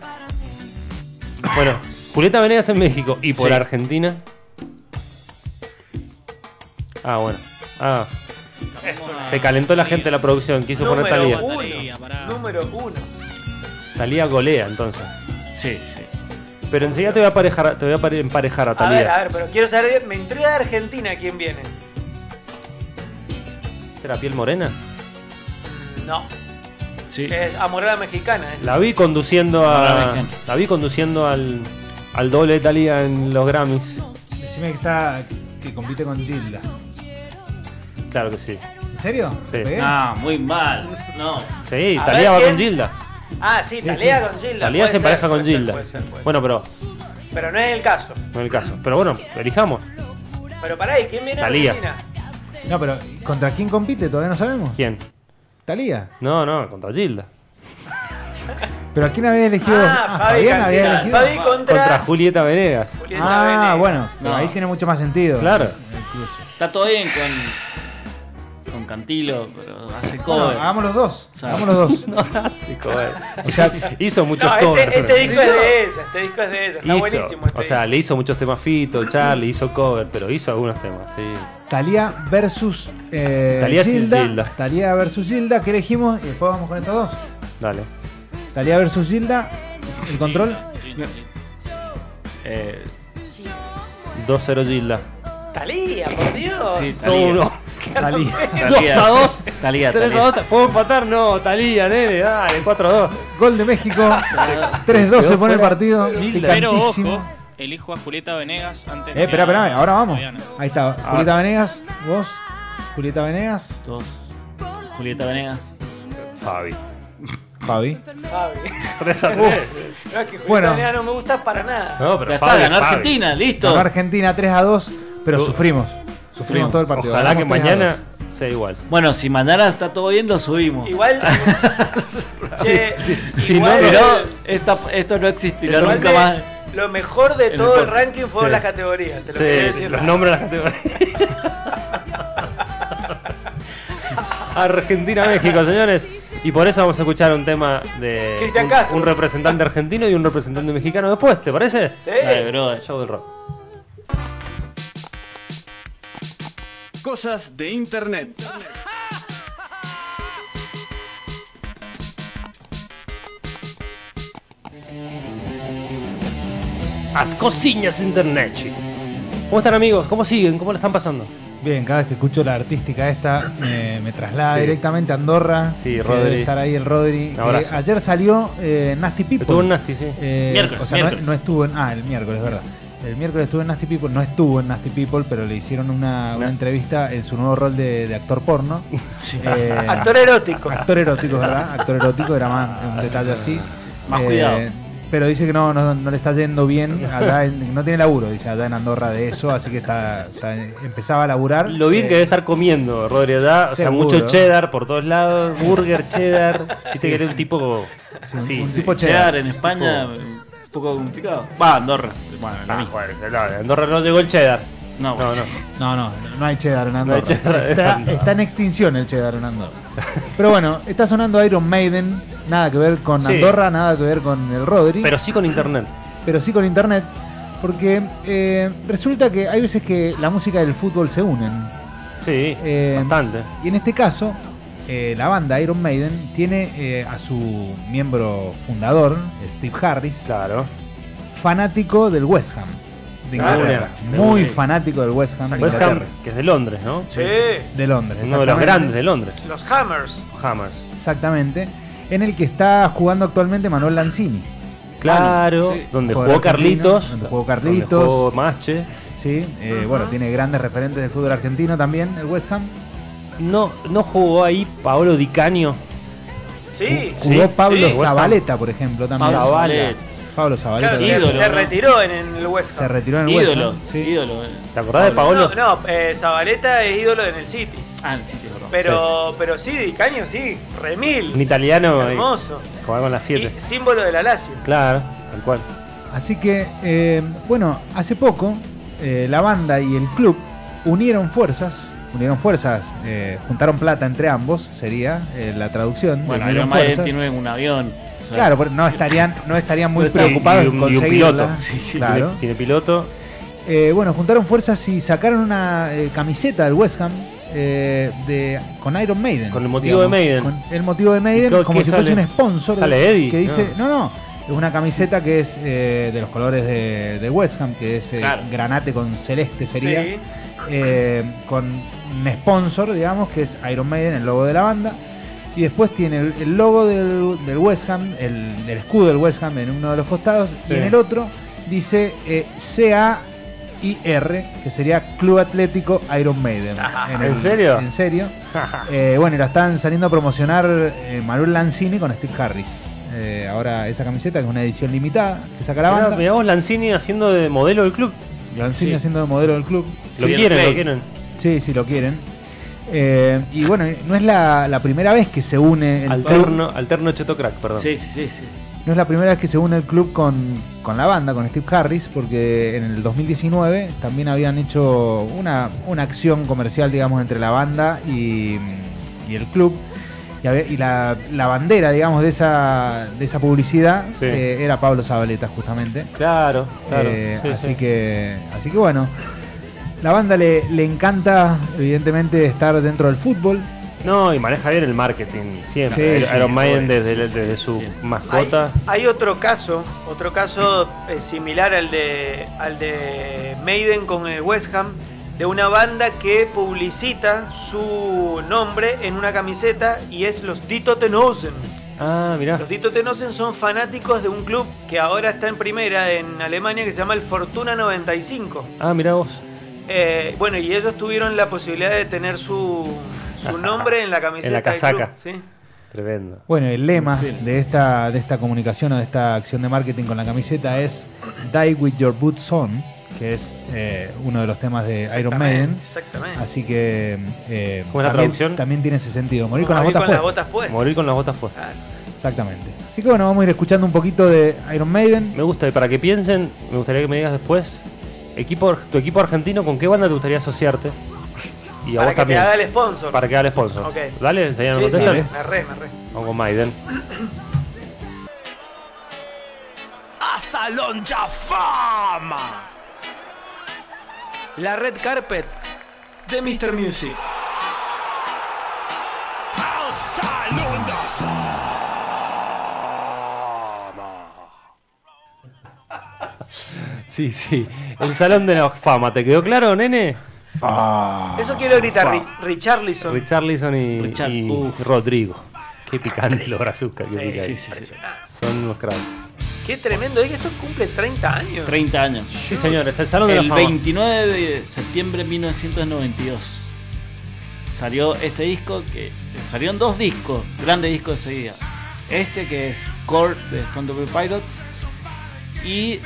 [SPEAKER 2] Bueno, Julieta Venegas en México. Y por
[SPEAKER 6] Sí.
[SPEAKER 2] Argentina. Ah, bueno. Ah,
[SPEAKER 5] Eso no.
[SPEAKER 2] se calentó la gente de la producción. Quiso poner
[SPEAKER 5] Número
[SPEAKER 2] Talía.
[SPEAKER 5] uno.
[SPEAKER 3] pará.
[SPEAKER 5] Número uno.
[SPEAKER 2] Talía golea entonces.
[SPEAKER 6] Sí, sí.
[SPEAKER 2] Pero enseguida te voy a aparejar, te voy a pare- emparejar a
[SPEAKER 5] A ver, a
[SPEAKER 2] Talía.
[SPEAKER 5] ver, pero quiero saber bien. Me intriga de Argentina quién viene.
[SPEAKER 2] ¿Era piel morena?
[SPEAKER 5] No.
[SPEAKER 6] sí.
[SPEAKER 5] Es amorada mexicana, ¿eh?
[SPEAKER 2] La vi conduciendo
[SPEAKER 6] Ahora
[SPEAKER 2] a.
[SPEAKER 6] ven gente.
[SPEAKER 2] La vi conduciendo al. Al doble de Talía en los Grammys.
[SPEAKER 4] Decime que está. que compite con Gilda.
[SPEAKER 2] Claro que sí. Ah,
[SPEAKER 4] ¿En serio? ¿Te pegué?
[SPEAKER 6] No, muy mal. No.
[SPEAKER 2] Sí,
[SPEAKER 5] A
[SPEAKER 2] Talía
[SPEAKER 5] ver
[SPEAKER 2] va
[SPEAKER 5] quién-
[SPEAKER 2] con Gilda.
[SPEAKER 5] Ah, sí, Talía con Gilda.
[SPEAKER 2] Talía
[SPEAKER 5] puede
[SPEAKER 2] se empareja
[SPEAKER 5] ser,
[SPEAKER 2] con
[SPEAKER 5] puede ser,
[SPEAKER 2] Gilda.
[SPEAKER 5] puede ser, puede ser.
[SPEAKER 2] Bueno, pero
[SPEAKER 5] Pero no es el caso.
[SPEAKER 2] no es el caso. Pero bueno, elijamos.
[SPEAKER 5] Pero pará, ¿y quién viene a
[SPEAKER 2] Thalía.
[SPEAKER 5] Argentina?
[SPEAKER 4] No, pero ¿contra quién compite? Todavía no sabemos.
[SPEAKER 2] ¿Quién?
[SPEAKER 4] Talía.
[SPEAKER 2] No, no, contra Gilda.
[SPEAKER 4] ¿Pero a quién había elegido?
[SPEAKER 5] Ah,
[SPEAKER 4] ¿a
[SPEAKER 5] Fabi,
[SPEAKER 4] Fabián
[SPEAKER 5] Cantila.
[SPEAKER 4] había elegido.
[SPEAKER 5] Fabi contra,
[SPEAKER 2] Contra Julieta Venegas.
[SPEAKER 5] Julieta
[SPEAKER 4] Ah,
[SPEAKER 5] Venegas.
[SPEAKER 4] bueno, pero
[SPEAKER 6] No.
[SPEAKER 4] ahí tiene mucho más sentido.
[SPEAKER 2] Claro.
[SPEAKER 4] El cruce.
[SPEAKER 6] Está todo bien con. Con Cantilo, pero hace
[SPEAKER 4] Bueno,
[SPEAKER 6] cover.
[SPEAKER 4] hagamos los dos.
[SPEAKER 6] sea,
[SPEAKER 4] Hagamos los dos.
[SPEAKER 2] No, sí, cover. O sea, hizo muchos
[SPEAKER 5] eh. No,
[SPEAKER 2] covers.
[SPEAKER 5] este, este disco es de esa, este disco es de esa. Está
[SPEAKER 2] Hizo,
[SPEAKER 5] buenísimo este
[SPEAKER 2] o sea,
[SPEAKER 5] disco.
[SPEAKER 2] le hizo muchos temas Fito, Charlie, hizo cover, pero hizo algunos temas, sí.
[SPEAKER 4] Talía versus eh,
[SPEAKER 2] Thalía sin
[SPEAKER 4] Gilda.
[SPEAKER 2] Gilda.
[SPEAKER 4] Thalía versus Gilda, ¿qué elegimos? Y después vamos con estos dos.
[SPEAKER 2] Dale.
[SPEAKER 4] Talía versus Gilda, el control.
[SPEAKER 6] Eh,
[SPEAKER 2] 2-0 Gilda.
[SPEAKER 5] Talía, por Dios.
[SPEAKER 6] sí, Talía.
[SPEAKER 2] 2-1.
[SPEAKER 4] Talía.
[SPEAKER 2] 2 a 2.
[SPEAKER 6] Talía,
[SPEAKER 2] 3 a 2. ¿Puedo empatar? No, Talía, nene, dale, 4 a 2.
[SPEAKER 4] Gol de México. 3-2 se pone el partido.
[SPEAKER 2] Gilda.
[SPEAKER 9] Pero
[SPEAKER 4] Picantísimo.
[SPEAKER 9] ojo, elijo a Julieta Venegas antes
[SPEAKER 4] Eh, espera, espera, ahora vamos.
[SPEAKER 9] Fabiana.
[SPEAKER 4] Ahí está. Julieta Venegas, vos. Julieta Venegas,
[SPEAKER 6] Dos. Julieta Venegas.
[SPEAKER 2] Fabi.
[SPEAKER 4] Fabi.
[SPEAKER 5] Fabi.
[SPEAKER 2] 3 a 3.
[SPEAKER 5] No, es que Julieta
[SPEAKER 4] Bueno.
[SPEAKER 5] Venegas no me gusta para nada.
[SPEAKER 2] No,
[SPEAKER 6] Ya
[SPEAKER 2] pero
[SPEAKER 6] está,
[SPEAKER 2] Fabi,
[SPEAKER 6] ganó
[SPEAKER 2] Fabi.
[SPEAKER 6] Argentina, listo.
[SPEAKER 4] Ganó Argentina 3 a 2, pero
[SPEAKER 2] Yo-
[SPEAKER 4] sufrimos. Sufrimos todo el partido.
[SPEAKER 2] Uh, Ojalá que
[SPEAKER 4] Ganamos 3 a 2.
[SPEAKER 2] mañana Sí, igual.
[SPEAKER 6] Bueno, si mañana está todo bien, lo subimos.
[SPEAKER 5] Igual. eh, Che,
[SPEAKER 2] Si
[SPEAKER 5] igual-
[SPEAKER 2] no,
[SPEAKER 6] Si
[SPEAKER 4] eh,
[SPEAKER 6] no, esta- esto no existirá
[SPEAKER 5] igual
[SPEAKER 6] nunca
[SPEAKER 5] de-
[SPEAKER 6] más.
[SPEAKER 5] Lo mejor de
[SPEAKER 6] el
[SPEAKER 5] todo el
[SPEAKER 6] deporte.
[SPEAKER 5] ranking fueron
[SPEAKER 2] Sí.
[SPEAKER 5] las categorías. Te lo
[SPEAKER 2] Sí,
[SPEAKER 5] quiero
[SPEAKER 2] sí,
[SPEAKER 5] decir.
[SPEAKER 2] los nombres de las categorías. Argentina-México, señores. Y por eso vamos a escuchar un tema de
[SPEAKER 5] Cristian
[SPEAKER 2] un-
[SPEAKER 5] Castro.
[SPEAKER 2] un, representante argentino y un representante mexicano después, ¿te parece?
[SPEAKER 5] Sí.
[SPEAKER 6] Dale, bro.
[SPEAKER 2] Show del rock.
[SPEAKER 8] Cosas de internet.
[SPEAKER 2] As cocinhas internet. chi. ¿Cómo están amigos? ¿Cómo siguen? ¿Cómo la están pasando?
[SPEAKER 4] Bien, cada vez que escucho la artística esta me, me traslada
[SPEAKER 2] Sí.
[SPEAKER 4] directamente a Andorra.
[SPEAKER 2] Sí,
[SPEAKER 4] que
[SPEAKER 2] Rodri.
[SPEAKER 4] debe estar ahí el Rodri.
[SPEAKER 2] Un
[SPEAKER 4] que
[SPEAKER 2] abrazo.
[SPEAKER 4] ayer salió eh, Nasty People.
[SPEAKER 2] Estuvo en Nasty, sí.
[SPEAKER 4] Eh,
[SPEAKER 6] Miércoles,
[SPEAKER 4] o sea, no-
[SPEAKER 6] miércoles.
[SPEAKER 4] No, estuvo en. Ah, el miércoles, verdad. El miércoles estuvo en Nasty People, no estuvo en Nasty People, pero le hicieron una, una entrevista en su nuevo rol de, de actor porno. Eh,
[SPEAKER 5] Actor erótico.
[SPEAKER 4] actor erótico, ¿verdad? Actor erótico, era más
[SPEAKER 2] Ah,
[SPEAKER 4] un detalle así. Eh,
[SPEAKER 6] Más cuidado.
[SPEAKER 4] Pero dice que no, no, no le está yendo bien, allá en- no tiene laburo, dice allá en Andorra de eso, así que está, está- empezaba a laburar.
[SPEAKER 2] Lo bien
[SPEAKER 4] Eh,
[SPEAKER 2] que debe estar comiendo, Rodri, ¿verdad? O sea,
[SPEAKER 4] Seguro.
[SPEAKER 2] mucho cheddar por todos lados, burger, cheddar. Viste que era un tipo como-
[SPEAKER 4] Sí,
[SPEAKER 2] Sí,
[SPEAKER 4] eh, un
[SPEAKER 2] sí.
[SPEAKER 4] tipo
[SPEAKER 6] Cheddar
[SPEAKER 4] cheddar.
[SPEAKER 6] en España, un poco complicado. Va, Andorra. Bueno, lo
[SPEAKER 2] Ah,
[SPEAKER 6] mismo.
[SPEAKER 2] bueno, no, en Andorra no llegó el cheddar.
[SPEAKER 6] No,
[SPEAKER 2] No,
[SPEAKER 6] bueno.
[SPEAKER 2] no.
[SPEAKER 4] No, no, no hay cheddar en Andorra.
[SPEAKER 2] hay cheddar en
[SPEAKER 4] está,
[SPEAKER 2] Andorra.
[SPEAKER 4] está en extinción el cheddar en Andorra. Pero bueno, está sonando Iron Maiden, nada que ver con
[SPEAKER 2] Sí.
[SPEAKER 4] Andorra, nada que ver con el Rodri.
[SPEAKER 2] Pero sí con internet.
[SPEAKER 4] pero sí con internet, porque eh, resulta que hay veces que la música y el fútbol se unen.
[SPEAKER 2] Sí,
[SPEAKER 4] Eh,
[SPEAKER 2] bastante.
[SPEAKER 4] Y en este caso, eh, la banda Iron Maiden tiene eh, a su miembro fundador, Steve Harris,
[SPEAKER 2] Claro.
[SPEAKER 4] fanático del West Ham. De
[SPEAKER 2] Ah,
[SPEAKER 4] Inglaterra.
[SPEAKER 2] bueno.
[SPEAKER 4] Muy
[SPEAKER 2] Sí.
[SPEAKER 4] fanático del West Ham. de
[SPEAKER 2] West Ham,
[SPEAKER 4] Inglaterra.
[SPEAKER 2] que es de Londres, ¿no?
[SPEAKER 5] Sí.
[SPEAKER 4] De Londres.
[SPEAKER 2] Uno de los
[SPEAKER 4] exactamente.
[SPEAKER 2] grandes de Londres.
[SPEAKER 5] Los Hammers.
[SPEAKER 2] Hammers.
[SPEAKER 4] Exactamente. En el que está jugando actualmente Manuel Lanzini.
[SPEAKER 2] Claro.
[SPEAKER 6] sí.
[SPEAKER 2] Donde
[SPEAKER 4] Jugador
[SPEAKER 2] jugó
[SPEAKER 4] argentino,
[SPEAKER 2] Carlitos.
[SPEAKER 4] donde jugó
[SPEAKER 2] Donde
[SPEAKER 4] Carlitos.
[SPEAKER 2] jugó Mache.
[SPEAKER 4] ¿sí? Eh, Bueno, tiene grandes referentes del fútbol argentino también, el West Ham.
[SPEAKER 2] No, no jugó ahí Paolo Di Canio.
[SPEAKER 5] Sí.
[SPEAKER 2] Sí,
[SPEAKER 4] Jugó Pablo
[SPEAKER 2] sí. West Ham.
[SPEAKER 4] Zabaleta, por ejemplo, también.
[SPEAKER 6] Pablo
[SPEAKER 2] Zavala.
[SPEAKER 6] Zabaleta.
[SPEAKER 4] Pablo Zabaleta.
[SPEAKER 5] Claro, se,
[SPEAKER 6] ídolo,
[SPEAKER 5] se
[SPEAKER 6] ¿no?
[SPEAKER 5] retiró en, en el West
[SPEAKER 4] se
[SPEAKER 5] Ham.
[SPEAKER 4] retiró en el West Ham,
[SPEAKER 6] Ídolo,
[SPEAKER 4] sí.
[SPEAKER 6] ídolo. eh.
[SPEAKER 2] ¿Te acordás de Paolo?
[SPEAKER 5] No, no eh, Zabaleta es ídolo en el City.
[SPEAKER 6] Ah, sí, te perdón.
[SPEAKER 5] Pero sí, pero sí Di Canio sí. Remil.
[SPEAKER 2] Un italiano. ahí,
[SPEAKER 5] hermoso.
[SPEAKER 2] Jugaba con las
[SPEAKER 5] Y
[SPEAKER 2] 7.
[SPEAKER 5] símbolo de la Lazio.
[SPEAKER 2] Claro, tal cual.
[SPEAKER 4] Así que, eh, bueno, hace poco eh, la banda y el club unieron fuerzas, unieron fuerzas, eh, juntaron plata entre ambos, sería eh, la traducción.
[SPEAKER 6] Bueno,
[SPEAKER 4] unieron
[SPEAKER 6] Iron Maiden
[SPEAKER 4] fuerzas.
[SPEAKER 6] tiene un avión. o sea,
[SPEAKER 4] Claro, pero no estarían, no estarían muy
[SPEAKER 2] No está-
[SPEAKER 4] preocupados
[SPEAKER 2] y
[SPEAKER 4] en
[SPEAKER 2] un- y un
[SPEAKER 4] conseguirla.
[SPEAKER 2] piloto.
[SPEAKER 6] Sí, sí,
[SPEAKER 4] claro.
[SPEAKER 2] Tiene, tiene piloto.
[SPEAKER 4] Eh, bueno, juntaron fuerzas y sacaron una eh, camiseta del West Ham eh, de, con Iron Maiden.
[SPEAKER 2] Con el motivo de Maiden.
[SPEAKER 4] Con el motivo de
[SPEAKER 2] ¿Y qué-
[SPEAKER 4] Maiden, como
[SPEAKER 2] qué
[SPEAKER 4] si
[SPEAKER 2] sale?
[SPEAKER 4] fuese un sponsor.
[SPEAKER 2] ¿Sale
[SPEAKER 4] de-
[SPEAKER 2] Eddie?
[SPEAKER 4] Que dice, no, no, es una camiseta que es eh, de los colores de, de West Ham, que es eh,
[SPEAKER 6] Claro.
[SPEAKER 4] granate con celeste sería.
[SPEAKER 5] Sí.
[SPEAKER 4] eh, con un sponsor, digamos, que es Iron Maiden, el logo de la banda. Y después tiene el, el logo del, del West Ham, el, el escudo del West Ham en uno de los costados.
[SPEAKER 2] Sí.
[SPEAKER 4] Y en el otro dice eh, C-A-I-R, que sería Club Atlético Iron Maiden.
[SPEAKER 2] Ah, ¿en
[SPEAKER 4] el-
[SPEAKER 2] serio?
[SPEAKER 4] En serio. Eh, bueno, y la están saliendo a promocionar eh, Manuel Lanzini con Steve Harris. Eh, ahora esa camiseta, que es una edición limitada, que saca la
[SPEAKER 2] Mirá,
[SPEAKER 4] banda.
[SPEAKER 2] mirá vos Lanzini haciendo de modelo del club.
[SPEAKER 4] Lanzini
[SPEAKER 6] Sí.
[SPEAKER 4] haciendo de modelo del club.
[SPEAKER 2] Lo
[SPEAKER 6] Sí,
[SPEAKER 2] quieren,
[SPEAKER 6] el
[SPEAKER 2] lo
[SPEAKER 6] Play.
[SPEAKER 2] quieren.
[SPEAKER 4] Sí, si lo quieren. Eh, y bueno, no es la, la primera vez que se une el
[SPEAKER 2] Alterno, alterno Cheto Crack, perdón.
[SPEAKER 6] Sí, sí, sí, sí.
[SPEAKER 4] club. No es la primera vez que se une el club con, con la banda, con Steve Harris, porque en el 2019 también habían hecho una, una acción comercial, digamos, entre la banda y, y el club. Y, había- y la, la bandera, digamos, de esa, de esa publicidad
[SPEAKER 2] Sí.
[SPEAKER 4] eh, era Pablo Zabaleta, justamente.
[SPEAKER 2] Claro, claro.
[SPEAKER 4] Eh,
[SPEAKER 2] Sí,
[SPEAKER 4] así
[SPEAKER 2] sí.
[SPEAKER 4] que así que bueno. La banda le, le encanta, evidentemente, estar dentro del fútbol.
[SPEAKER 2] No, y maneja bien el marketing. Siempre.
[SPEAKER 4] Sí, sí,
[SPEAKER 2] Iron Maiden
[SPEAKER 6] obvio,
[SPEAKER 2] desde,
[SPEAKER 6] sí,
[SPEAKER 2] el-
[SPEAKER 6] sí,
[SPEAKER 2] desde su
[SPEAKER 6] sí.
[SPEAKER 5] Hay,
[SPEAKER 2] mascota.
[SPEAKER 5] hay otro caso, otro caso eh, similar al de, al de Maiden con el West Ham, de una banda que publicita su nombre en una camiseta y es los Dito Tenosen.
[SPEAKER 2] Ah, mirá.
[SPEAKER 5] Los Dito Tenosen son fanáticos de un club que ahora está en primera en Alemania que se llama el Fortuna 95.
[SPEAKER 2] Ah, mirá vos.
[SPEAKER 5] Eh, bueno, y ellos tuvieron la posibilidad de tener su, su nombre en la camiseta. del
[SPEAKER 2] casaca.
[SPEAKER 5] club, ¿sí?
[SPEAKER 2] Tremendo.
[SPEAKER 4] Bueno, el lema de esta, de esta comunicación o de esta acción de marketing con la camiseta es Die with your boots on. que es eh, uno de los temas de Iron
[SPEAKER 5] Exactamente,
[SPEAKER 4] Maiden.
[SPEAKER 5] Exactamente.
[SPEAKER 4] Así que. eh,
[SPEAKER 2] ¿Cómo es la
[SPEAKER 4] también,
[SPEAKER 2] traducción? Ah,
[SPEAKER 4] también tiene ese sentido. Morir con las
[SPEAKER 5] Morir
[SPEAKER 4] botas
[SPEAKER 5] con las
[SPEAKER 4] puestas.
[SPEAKER 5] botas puestas.
[SPEAKER 2] Morir con las botas puestas.
[SPEAKER 5] Claro.
[SPEAKER 4] Exactamente. Así que bueno, vamos a ir escuchando un poquito de Iron Maiden.
[SPEAKER 2] Me gusta, y para que piensen, me gustaría que me digas después, equipo, tu equipo argentino, ¿con qué banda te gustaría asociarte? Y a
[SPEAKER 5] Para
[SPEAKER 2] vos
[SPEAKER 5] que
[SPEAKER 2] también.
[SPEAKER 5] te haga el sponsor.
[SPEAKER 2] Para que haga el sponsor.
[SPEAKER 5] Ok.
[SPEAKER 2] Dale, enseñame,
[SPEAKER 5] Sí, sí,
[SPEAKER 2] contestan.
[SPEAKER 5] me re, me re.
[SPEAKER 2] Vamos con Maiden.
[SPEAKER 10] a Salón Fama.
[SPEAKER 5] La red carpet de Mr. Music.
[SPEAKER 10] Al Salón de Fama.
[SPEAKER 2] Sí, sí. El salón de la fama, ¿te quedó claro, nene?
[SPEAKER 5] Eso quiero gritar, Ri- Richarlison.
[SPEAKER 2] Richarlison y,
[SPEAKER 6] Richard-
[SPEAKER 2] y
[SPEAKER 6] Uf.
[SPEAKER 2] Rodrigo. Qué picante los brazucas que
[SPEAKER 5] Sí,
[SPEAKER 2] pican.
[SPEAKER 6] Sí, sí, sí.
[SPEAKER 2] Son unos cracks.
[SPEAKER 5] Qué tremendo, es que esto cumple 30 años.
[SPEAKER 6] 30 años.
[SPEAKER 2] Sí, señores, el salón de
[SPEAKER 6] El
[SPEAKER 2] la fama.
[SPEAKER 6] 29 de septiembre de 1992 salió este disco que salieron dos discos, grandes discos de seguida. Este que es Core de Stone Temple Pilots y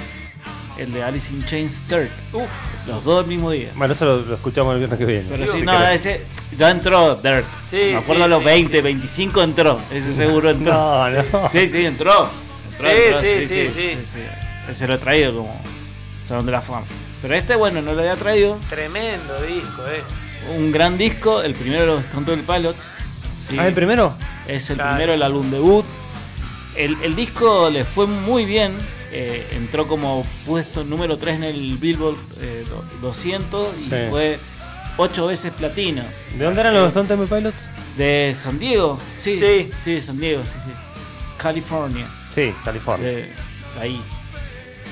[SPEAKER 6] el de Alice in Chains Third. Uf, los dos el mismo día.
[SPEAKER 2] Bueno, eso lo, lo escuchamos el viernes que viene.
[SPEAKER 6] Pero
[SPEAKER 2] Si
[SPEAKER 6] sí,
[SPEAKER 2] te
[SPEAKER 6] no,
[SPEAKER 2] querés.
[SPEAKER 6] ese ya entró Dirt.
[SPEAKER 5] Sí,
[SPEAKER 6] Me acuerdo
[SPEAKER 5] sí,
[SPEAKER 6] a los
[SPEAKER 5] sí,
[SPEAKER 6] 20, 25 entró. Ese seguro entró.
[SPEAKER 2] No, no.
[SPEAKER 6] Sí, sí, entró. Entró,
[SPEAKER 5] Sí,
[SPEAKER 6] entró,
[SPEAKER 5] sí, sí, sí.
[SPEAKER 6] Se lo he traído como Salón de la Fama. Pero este, bueno, no lo había traído.
[SPEAKER 5] Tremendo disco, eh.
[SPEAKER 6] Un gran disco, el primero de los Stone Temple Pilots. Sí,
[SPEAKER 2] Ah, el primero.
[SPEAKER 6] es el
[SPEAKER 5] Claro.
[SPEAKER 6] primero, el álbum debut. El, el disco le fue muy bien. eh, entró como puesto número 3 en el Billboard eh, do- 200 y
[SPEAKER 2] Sí.
[SPEAKER 6] fue 8 veces platino.
[SPEAKER 2] ¿De dónde eran los Stone Temple Pilots?
[SPEAKER 6] De San Diego, sí.
[SPEAKER 5] Sí.
[SPEAKER 6] Sí, San Diego, sí, sí. California,
[SPEAKER 2] Sí, California.
[SPEAKER 6] de ahí.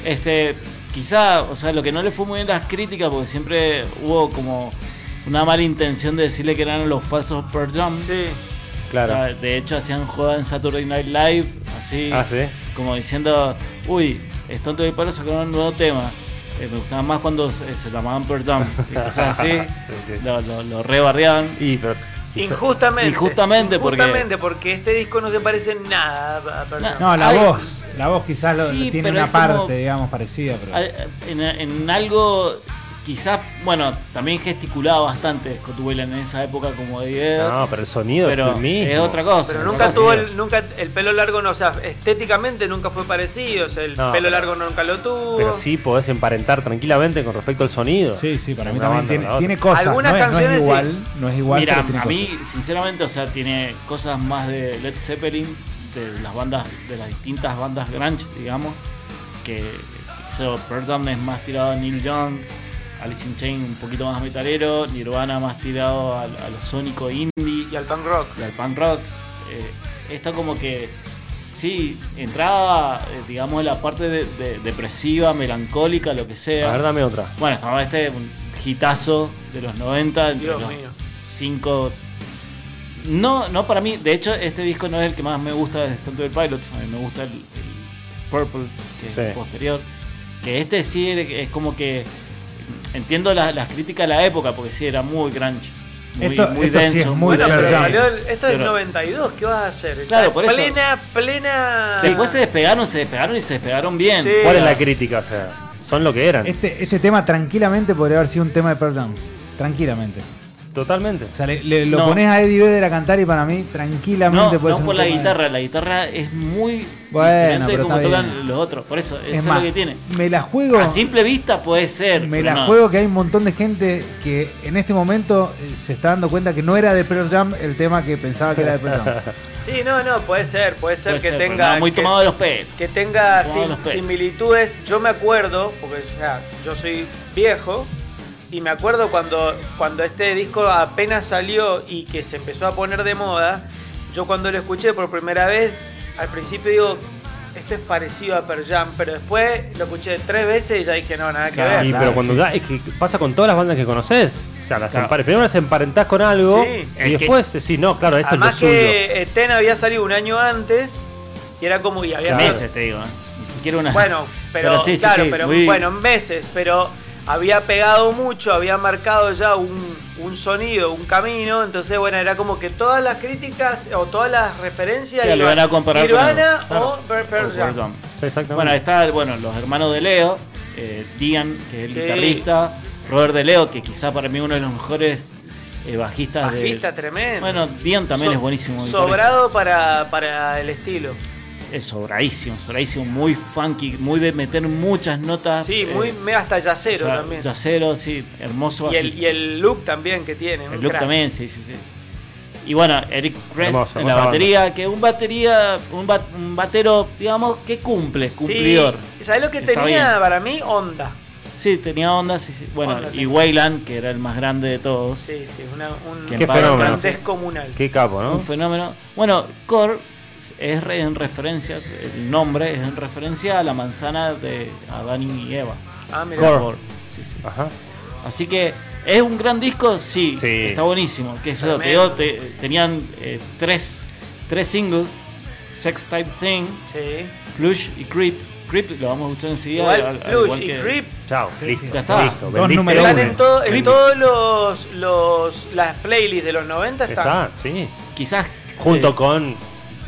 [SPEAKER 6] Este, quizá, o sea, lo que no le fue muy bien las críticas, porque siempre hubo como una mala intención de decirle que eran los falsos Pearl Jam.
[SPEAKER 5] Sí.
[SPEAKER 2] Claro.
[SPEAKER 6] O sea, de hecho hacían joda en Saturday Night Live, así,
[SPEAKER 2] ah, sí.
[SPEAKER 6] como diciendo, uy, Stone Temple Pilots sacaron un nuevo tema. Eh, me gustaba más cuando se, se llamaban Pearl Jam. y cosas así,
[SPEAKER 2] Sí, sí.
[SPEAKER 6] lo, lo, lo rebarreaban.
[SPEAKER 2] Y, pero, sí,
[SPEAKER 5] Injustamente.
[SPEAKER 6] Injustamente, porque-
[SPEAKER 5] Injustamente, porque este disco no se parece en nada. a- a-
[SPEAKER 6] No.
[SPEAKER 4] No, la
[SPEAKER 6] Ay,
[SPEAKER 4] voz. La voz quizás lo-
[SPEAKER 6] sí,
[SPEAKER 4] tiene
[SPEAKER 6] pero
[SPEAKER 4] una
[SPEAKER 6] es como-
[SPEAKER 4] parte, digamos, parecida. Pero...
[SPEAKER 6] A- en, en algo quizás, bueno, también gesticulaba bastante Scott Weiland en esa época como Eddie Vedder,
[SPEAKER 2] No, pero el sonido
[SPEAKER 6] pero
[SPEAKER 2] es el mismo.
[SPEAKER 6] es otra cosa.
[SPEAKER 5] Pero
[SPEAKER 6] es
[SPEAKER 5] nunca
[SPEAKER 6] otra
[SPEAKER 5] tuvo
[SPEAKER 6] cosa.
[SPEAKER 5] el, nunca el pelo largo, no, o sea, estéticamente nunca fue parecido. O sea, el
[SPEAKER 2] No.
[SPEAKER 5] pelo largo nunca lo tuvo.
[SPEAKER 2] Pero sí podés emparentar tranquilamente con respecto al sonido.
[SPEAKER 4] Sí, sí, para mí
[SPEAKER 2] Una
[SPEAKER 4] también
[SPEAKER 2] banda,
[SPEAKER 4] tiene,
[SPEAKER 2] la
[SPEAKER 4] tiene cosas.
[SPEAKER 5] Algunas
[SPEAKER 4] no, es, no es
[SPEAKER 5] canciones sí.
[SPEAKER 4] igual, no es igual,
[SPEAKER 6] Mira,
[SPEAKER 4] pero tiene
[SPEAKER 6] a
[SPEAKER 4] cosas.
[SPEAKER 6] mí sinceramente, o sea, tiene cosas más de Led Zeppelin, de las bandas, de las distintas bandas grunge, digamos, que eso, Pearl Jam es más tirado a Neil Young, Alice in Chains un poquito más metalero, Nirvana más tirado a, a lo sónico indie.
[SPEAKER 5] Y al punk rock.
[SPEAKER 6] y al punk rock. eh, esto como que sí, entraba, eh, digamos, la parte de- de- depresiva, melancólica, lo que
[SPEAKER 2] A ver,
[SPEAKER 6] sea.
[SPEAKER 2] dame otra.
[SPEAKER 6] Bueno, no, este es un hitazo de los 90, entre
[SPEAKER 5] Dios
[SPEAKER 6] los
[SPEAKER 5] mío.
[SPEAKER 6] cinco No, no para mí, de hecho este disco no es el que más me gusta de Stone Temple Pilots, a mí me gusta el, el Purple, que
[SPEAKER 2] Sí.
[SPEAKER 6] es el posterior. Que este sí es como que entiendo las las críticas de la época, porque sí era muy grunge, muy,
[SPEAKER 4] Esto-
[SPEAKER 6] muy
[SPEAKER 4] esto sí es
[SPEAKER 6] denso.
[SPEAKER 4] muy
[SPEAKER 5] Bueno, pero
[SPEAKER 4] Pearl Jam.
[SPEAKER 5] salió el- esto es
[SPEAKER 6] Pero-
[SPEAKER 5] 92, ¿qué vas a hacer?
[SPEAKER 6] Claro,
[SPEAKER 5] Está
[SPEAKER 6] por eso.
[SPEAKER 5] Plena, plena.
[SPEAKER 6] Después se despegaron, se despegaron y se despegaron bien.
[SPEAKER 5] Ah. Sí.
[SPEAKER 2] ¿Cuál es la crítica? O sea, son lo que eran.
[SPEAKER 4] Este, ese tema tranquilamente podría haber sido un tema de Pearl Jam. Tranquilamente.
[SPEAKER 2] Totalmente.
[SPEAKER 4] O sea, le, le- lo
[SPEAKER 6] No.
[SPEAKER 4] pones a Eddie Vedder a cantar y para mí tranquilamente
[SPEAKER 6] No,
[SPEAKER 4] puede
[SPEAKER 6] no
[SPEAKER 4] ser un
[SPEAKER 6] por la
[SPEAKER 4] tema de-
[SPEAKER 6] guitarra, la guitarra es muy
[SPEAKER 4] Bueno,
[SPEAKER 6] diferente de
[SPEAKER 4] pero
[SPEAKER 6] como
[SPEAKER 4] está
[SPEAKER 6] tocan
[SPEAKER 4] bien.
[SPEAKER 6] los otros. Por eso, eso
[SPEAKER 4] Es
[SPEAKER 6] es,
[SPEAKER 4] más,
[SPEAKER 6] lo que tiene.
[SPEAKER 4] me la juego.
[SPEAKER 6] A simple vista puede ser. pero
[SPEAKER 4] Me la
[SPEAKER 6] no.
[SPEAKER 4] juego que hay un montón de gente que en este momento eh, se está dando cuenta que no era de Pearl Jam el tema que pensaba que era de Pearl Jam.
[SPEAKER 5] Sí, no, no, puede ser, puede ser
[SPEAKER 6] Puede
[SPEAKER 5] que
[SPEAKER 6] ser, pero
[SPEAKER 5] tenga.
[SPEAKER 6] no, muy
[SPEAKER 5] que-
[SPEAKER 6] tomado de los pelos.
[SPEAKER 5] que tenga
[SPEAKER 6] Como
[SPEAKER 5] sim-
[SPEAKER 6] los pe-
[SPEAKER 5] similitudes. Yo me acuerdo, porque ya, yo soy viejo, y me acuerdo cuando, cuando este disco apenas salió y que se empezó a poner de moda, yo cuando lo escuché por primera vez, al principio digo, esto es parecido a Pearl Jam, pero después lo escuché tres veces y ya dije, no, nada que
[SPEAKER 6] Claro,
[SPEAKER 5] ver.
[SPEAKER 2] Y,
[SPEAKER 4] claro,
[SPEAKER 2] pero cuando
[SPEAKER 4] sí.
[SPEAKER 2] ya, es que pasa con todas las bandas que conoces. O sea, las
[SPEAKER 6] Claro.
[SPEAKER 2] empare- primero las emparentás con algo
[SPEAKER 5] Sí.
[SPEAKER 2] y
[SPEAKER 6] Es que-
[SPEAKER 2] después decís, no, claro, esto
[SPEAKER 5] Además
[SPEAKER 2] es lo suyo.
[SPEAKER 5] que eh, Ten había salido un año antes y era como, y había sido-
[SPEAKER 6] Meses, te digo. ¿eh? Ni siquiera una.
[SPEAKER 5] Bueno, pero,
[SPEAKER 6] Pero sí, sí,
[SPEAKER 5] claro,
[SPEAKER 6] sí,
[SPEAKER 5] pero
[SPEAKER 6] muy-
[SPEAKER 5] bueno, meses, pero había pegado mucho, había marcado ya un, un sonido, un camino, entonces bueno, era como que todas las críticas o todas las referencias
[SPEAKER 6] Sí, le
[SPEAKER 5] iban
[SPEAKER 6] van a comparar con
[SPEAKER 5] Nirvana
[SPEAKER 6] algo, claro.
[SPEAKER 5] o Pearl- Pearl
[SPEAKER 6] Pearl
[SPEAKER 5] Jam.
[SPEAKER 6] Jam.
[SPEAKER 2] Sí, exactamente.
[SPEAKER 6] Bueno, está, bueno, los hermanos de Leo, eh, Dian, que es el
[SPEAKER 5] Sí.
[SPEAKER 6] guitarrista, Robert De Leo, que quizá para mí uno de los mejores eh, bajistas de.
[SPEAKER 5] Bajista tremendo.
[SPEAKER 6] Bueno, Dian también
[SPEAKER 5] So-
[SPEAKER 6] es buenísimo. guitarrista.
[SPEAKER 5] Sobrado para, para el estilo.
[SPEAKER 6] Es sobradísimo, sobradísimo, muy funky, muy de meter muchas notas.
[SPEAKER 5] Sí, muy
[SPEAKER 6] eh,
[SPEAKER 5] me- hasta
[SPEAKER 6] o
[SPEAKER 5] yacero
[SPEAKER 6] sea,
[SPEAKER 5] también.
[SPEAKER 6] yacero, sí, hermoso.
[SPEAKER 5] Y el,
[SPEAKER 6] bajista.
[SPEAKER 5] y el look también que tiene. un
[SPEAKER 6] El look
[SPEAKER 5] crack.
[SPEAKER 6] también, sí, sí, sí. Y bueno, Eric Press
[SPEAKER 2] Hermoso,
[SPEAKER 6] en la
[SPEAKER 2] hermosa
[SPEAKER 6] batería, que un batería, un, ba- un batero, digamos, que cumple, cumplidor.
[SPEAKER 5] Sí, ¿Sabes lo que
[SPEAKER 6] Está
[SPEAKER 5] tenía
[SPEAKER 6] bien.
[SPEAKER 5] para mí? Onda.
[SPEAKER 6] Sí, tenía onda, sí, sí. Bueno,
[SPEAKER 5] Onda
[SPEAKER 6] y
[SPEAKER 5] tenía.
[SPEAKER 6] Wayland, que era el más grande de todos.
[SPEAKER 5] Sí, sí, una, un
[SPEAKER 6] Qué
[SPEAKER 5] un
[SPEAKER 2] fenómeno.
[SPEAKER 5] francés comunal.
[SPEAKER 2] Qué capo, ¿no?
[SPEAKER 6] Un fenómeno. Bueno, Core es re- en referencia, el nombre es en referencia a la manzana de Adán y Eva.
[SPEAKER 5] Ah, mirá.
[SPEAKER 2] Cor.
[SPEAKER 6] Core, sí, sí.
[SPEAKER 2] Ajá.
[SPEAKER 6] Así que, ¿es un gran disco? Sí,
[SPEAKER 2] Sí.
[SPEAKER 6] está buenísimo. Que eso, te digo, te- tenían eh, tres, tres singles, Sex Type Thing,
[SPEAKER 5] Sí.
[SPEAKER 6] Clush y Creep. Creep lo vamos a escuchar enseguida.
[SPEAKER 5] Igual,
[SPEAKER 6] al- al
[SPEAKER 5] Cluj
[SPEAKER 6] igual
[SPEAKER 5] y
[SPEAKER 6] que-
[SPEAKER 5] Creep
[SPEAKER 2] Chao, listo.
[SPEAKER 6] Ya está.
[SPEAKER 2] Listo,
[SPEAKER 4] Dos
[SPEAKER 2] vendiste
[SPEAKER 4] números
[SPEAKER 5] están
[SPEAKER 2] uno.
[SPEAKER 5] en, todo, en
[SPEAKER 6] Creepy.
[SPEAKER 5] todos los, los las playlists de los 90 están.
[SPEAKER 2] Está, sí.
[SPEAKER 6] Quizás...
[SPEAKER 2] Junto
[SPEAKER 6] eh,
[SPEAKER 2] con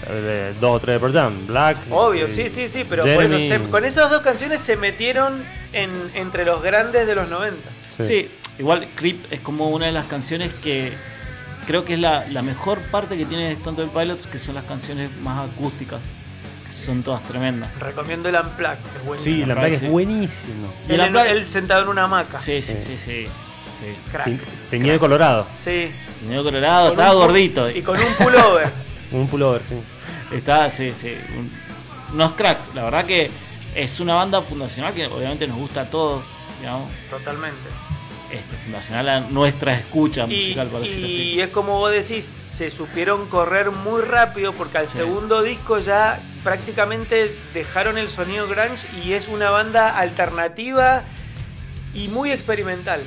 [SPEAKER 2] eh, dos o tres de Pearl Jam, Black.
[SPEAKER 5] Obvio,
[SPEAKER 2] eh,
[SPEAKER 5] sí, sí, sí, pero por
[SPEAKER 2] Jeremy.
[SPEAKER 5] eso se- con esas dos canciones se metieron en, entre los grandes de los 90.
[SPEAKER 2] Sí.
[SPEAKER 6] Sí. igual Creep es como una de las canciones que creo que es la, la mejor parte que tiene Stone Temple Pilots, que son las canciones más acústicas, que son todas tremendas.
[SPEAKER 5] Recomiendo el Unplugged, que es bueno.
[SPEAKER 2] Sí, la verdad que
[SPEAKER 6] Sí.
[SPEAKER 2] es buenísimo.
[SPEAKER 6] Y el
[SPEAKER 5] él,
[SPEAKER 6] Unplugged-
[SPEAKER 5] él sentado en una hamaca.
[SPEAKER 6] Sí, sí, sí, sí. sí.
[SPEAKER 5] Crack.
[SPEAKER 2] Te- Teñido de colorado.
[SPEAKER 5] Sí.
[SPEAKER 6] Tenía colorado,
[SPEAKER 5] Con
[SPEAKER 6] estaba
[SPEAKER 5] un-
[SPEAKER 6] gordito.
[SPEAKER 5] Y con un pullover.
[SPEAKER 2] Un pullover, sí.
[SPEAKER 6] Está, sí, sí. un- unos cracks. La verdad que es una banda fundacional que obviamente nos gusta a todos, digamos.
[SPEAKER 5] Totalmente.
[SPEAKER 6] Este, fundacional a nuestra escucha
[SPEAKER 5] Y,
[SPEAKER 6] musical, para decirlo
[SPEAKER 5] y
[SPEAKER 6] así.
[SPEAKER 5] es como vos decís, se supieron correr muy rápido porque al
[SPEAKER 6] Sí.
[SPEAKER 5] segundo disco ya prácticamente dejaron el sonido grunge y es una banda alternativa y muy experimental.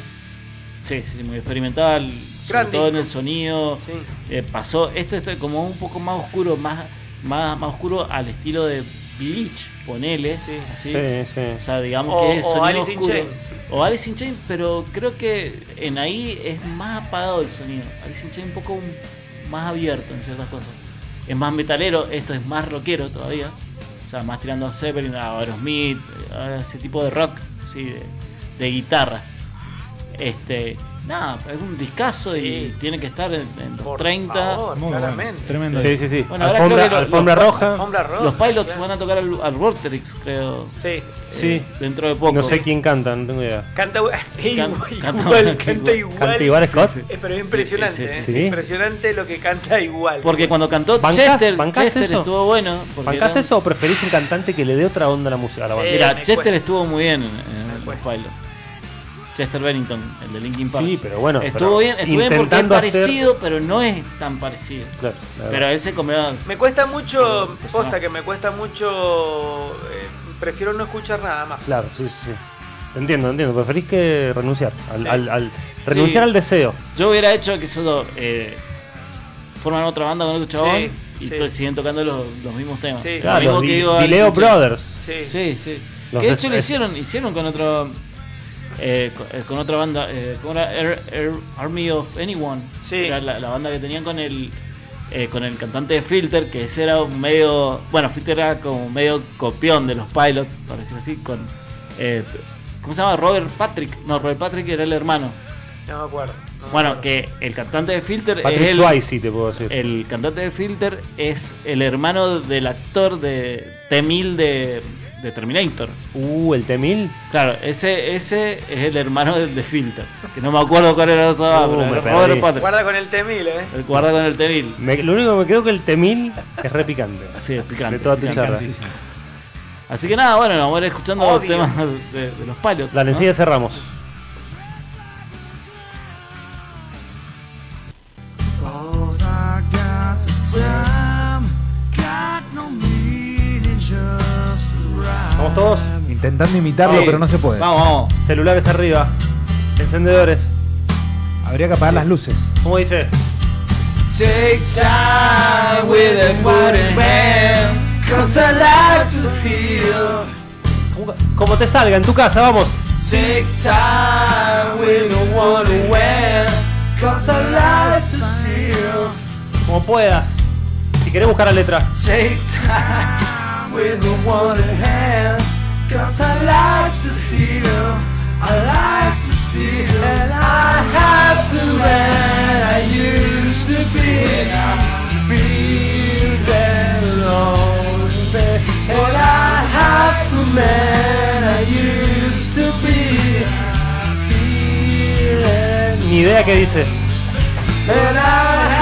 [SPEAKER 6] Sí, sí, sí, muy experimental. Sobre
[SPEAKER 5] Gran
[SPEAKER 6] todo en
[SPEAKER 5] disco.
[SPEAKER 6] el sonido.
[SPEAKER 5] Sí.
[SPEAKER 6] Eh, pasó esto está como un poco más oscuro más más, más oscuro al estilo de Bleach ponele
[SPEAKER 5] Sí.
[SPEAKER 6] así.
[SPEAKER 2] Sí, sí.
[SPEAKER 6] o sea digamos
[SPEAKER 5] O-
[SPEAKER 6] que es
[SPEAKER 5] o
[SPEAKER 6] sonido
[SPEAKER 5] Alice in
[SPEAKER 6] oscuro
[SPEAKER 5] Chains.
[SPEAKER 6] o Alice in Chains pero creo que en ahí es más apagado el sonido Alice in Chains un poco un- más abierto en ciertas cosas es más metalero esto es más rockero todavía o sea más tirando a Zeppelin a Aerosmith a ese tipo de rock sí de, de guitarras este nada es un discazo y
[SPEAKER 5] Sí.
[SPEAKER 6] tiene que estar en, en los
[SPEAKER 5] Por
[SPEAKER 6] 30
[SPEAKER 5] favor,
[SPEAKER 4] Muy bueno,
[SPEAKER 5] claramente.
[SPEAKER 4] tremendo.
[SPEAKER 2] Sí, sí, sí.
[SPEAKER 6] Bueno, ahora
[SPEAKER 2] alfombra
[SPEAKER 6] creo que lo-
[SPEAKER 2] alfombra
[SPEAKER 6] lo-
[SPEAKER 2] roja.
[SPEAKER 5] Alfombra roja,
[SPEAKER 6] Los Pilots
[SPEAKER 5] claro.
[SPEAKER 6] van a tocar al, al Vorterix, creo.
[SPEAKER 5] Sí.
[SPEAKER 2] Sí.
[SPEAKER 6] eh, dentro de poco.
[SPEAKER 2] No sé quién canta, no tengo idea.
[SPEAKER 5] Canta igual,
[SPEAKER 6] canta-
[SPEAKER 5] igual,
[SPEAKER 6] canta
[SPEAKER 5] canta
[SPEAKER 6] igual.
[SPEAKER 5] igual.
[SPEAKER 2] Canta igual Scott.
[SPEAKER 5] Eh, Pero es impresionante,
[SPEAKER 6] Sí, sí,
[SPEAKER 5] eh.
[SPEAKER 2] sí, sí.
[SPEAKER 5] impresionante lo que canta igual.
[SPEAKER 6] Porque cuando cantó
[SPEAKER 2] ¿Bancás-
[SPEAKER 6] Chester,
[SPEAKER 2] bancás
[SPEAKER 6] Chester
[SPEAKER 2] eso?
[SPEAKER 6] estuvo bueno. porque
[SPEAKER 2] ¿Bancás
[SPEAKER 6] era-
[SPEAKER 2] eso o preferís un cantante que le dé otra onda a la música a la banda?
[SPEAKER 5] Eh,
[SPEAKER 6] Mira,
[SPEAKER 5] me
[SPEAKER 6] Chester
[SPEAKER 5] cuesta.
[SPEAKER 6] estuvo muy bien en, en
[SPEAKER 5] Me
[SPEAKER 6] los
[SPEAKER 5] cuesta.
[SPEAKER 6] Pilots. Chester Bennington, el de Linkin Park.
[SPEAKER 2] Sí, pero bueno,
[SPEAKER 6] Estuvo
[SPEAKER 2] pero
[SPEAKER 6] bien, estuvo bien porque es
[SPEAKER 2] intentando hacer-
[SPEAKER 6] parecido, pero no es tan parecido.
[SPEAKER 2] Claro, la
[SPEAKER 6] Pero
[SPEAKER 2] verdad.
[SPEAKER 6] él se comió.
[SPEAKER 5] Me cuesta mucho,
[SPEAKER 6] Pero,
[SPEAKER 5] posta
[SPEAKER 6] personaje.
[SPEAKER 5] que me cuesta mucho, eh, prefiero no escuchar nada más.
[SPEAKER 2] Claro, sí, sí. sí. Entiendo, entiendo. Preferís que renunciar. Al,
[SPEAKER 5] Sí.
[SPEAKER 2] al- al- renunciar
[SPEAKER 6] Sí.
[SPEAKER 2] al deseo.
[SPEAKER 6] Yo hubiera hecho que solo eh, forman otra banda con otro chabón
[SPEAKER 5] Sí,
[SPEAKER 6] y
[SPEAKER 5] sí.
[SPEAKER 6] to- siguen tocando los, los mismos temas.
[SPEAKER 5] Sí,
[SPEAKER 6] Lo
[SPEAKER 5] Claro,
[SPEAKER 6] mismo
[SPEAKER 2] Claro,
[SPEAKER 6] que
[SPEAKER 2] Di-
[SPEAKER 6] digo Alice
[SPEAKER 2] Dileo
[SPEAKER 6] in Chains.
[SPEAKER 2] Brothers.
[SPEAKER 5] Sí.
[SPEAKER 6] Sí, sí.
[SPEAKER 2] Los
[SPEAKER 6] que de
[SPEAKER 2] Death
[SPEAKER 6] hecho lo
[SPEAKER 2] Press.
[SPEAKER 6] hicieron, hicieron con otro eh, con, eh, con otra banda, eh, ¿cómo era? Air- Air- Army of Anyone.
[SPEAKER 5] Sí.
[SPEAKER 6] Era la, la banda que tenían con el eh, con el cantante de Filter, que ese era un medio, bueno, Filter era como medio copión de los Pilots, por decirlo así, con eh, ¿cómo se llama? Robert Patrick. No, Robert Patrick era el hermano.
[SPEAKER 5] No me acuerdo. no me
[SPEAKER 6] Bueno,
[SPEAKER 5] acuerdo.
[SPEAKER 6] que el cantante de Filter
[SPEAKER 2] Patrick
[SPEAKER 6] es el eh.
[SPEAKER 2] Swayze, te puedo decir.
[SPEAKER 6] el cantante de Filter es el hermano del actor de T-1000 de, de Terminator.
[SPEAKER 2] Uh, el T-1000.
[SPEAKER 6] Claro, ese, ese es el hermano del de Filter. Que no me acuerdo cuál era esa banda,
[SPEAKER 2] Uh,
[SPEAKER 6] pero
[SPEAKER 2] me
[SPEAKER 6] era Robert
[SPEAKER 2] perdí.
[SPEAKER 6] Patrick.
[SPEAKER 5] Guarda con el temil, eh.
[SPEAKER 6] El guarda con el T-1000.
[SPEAKER 2] Me- lo único que me quedó que el T-1000 es re picante.
[SPEAKER 6] Sí, es picante,
[SPEAKER 2] De toda tu
[SPEAKER 6] picante,
[SPEAKER 2] charla.
[SPEAKER 6] sí, sí. Así que nada, bueno, nos vamos a ir escuchando los
[SPEAKER 5] Obvio.
[SPEAKER 6] temas de, de los palos.
[SPEAKER 2] Dale, enseguida cerramos.
[SPEAKER 1] Cause I got this time, got no meaning just to ride.
[SPEAKER 2] Vamos todos.
[SPEAKER 4] Intentando imitarlo,
[SPEAKER 2] Sí.
[SPEAKER 4] pero no se puede.
[SPEAKER 6] Vamos, vamos.
[SPEAKER 2] Celulares arriba. Encendedores.
[SPEAKER 4] Habría que apagar las luces.
[SPEAKER 2] ¿Cómo dice?
[SPEAKER 10] Take time with a wooden hand, cause I like to feel.
[SPEAKER 2] Como te salga en tu casa, vamos.
[SPEAKER 10] Take time with a wooden hand, cause I like to steal.
[SPEAKER 2] Como puedas. Si querés buscar la letra.
[SPEAKER 10] Take time with a wooden hand, cause I like to feel. steal. And I have to man I used to be. And I feel that lonely. And I have to man I used to be. I feel that
[SPEAKER 2] Ni idea qué dice.
[SPEAKER 10] And I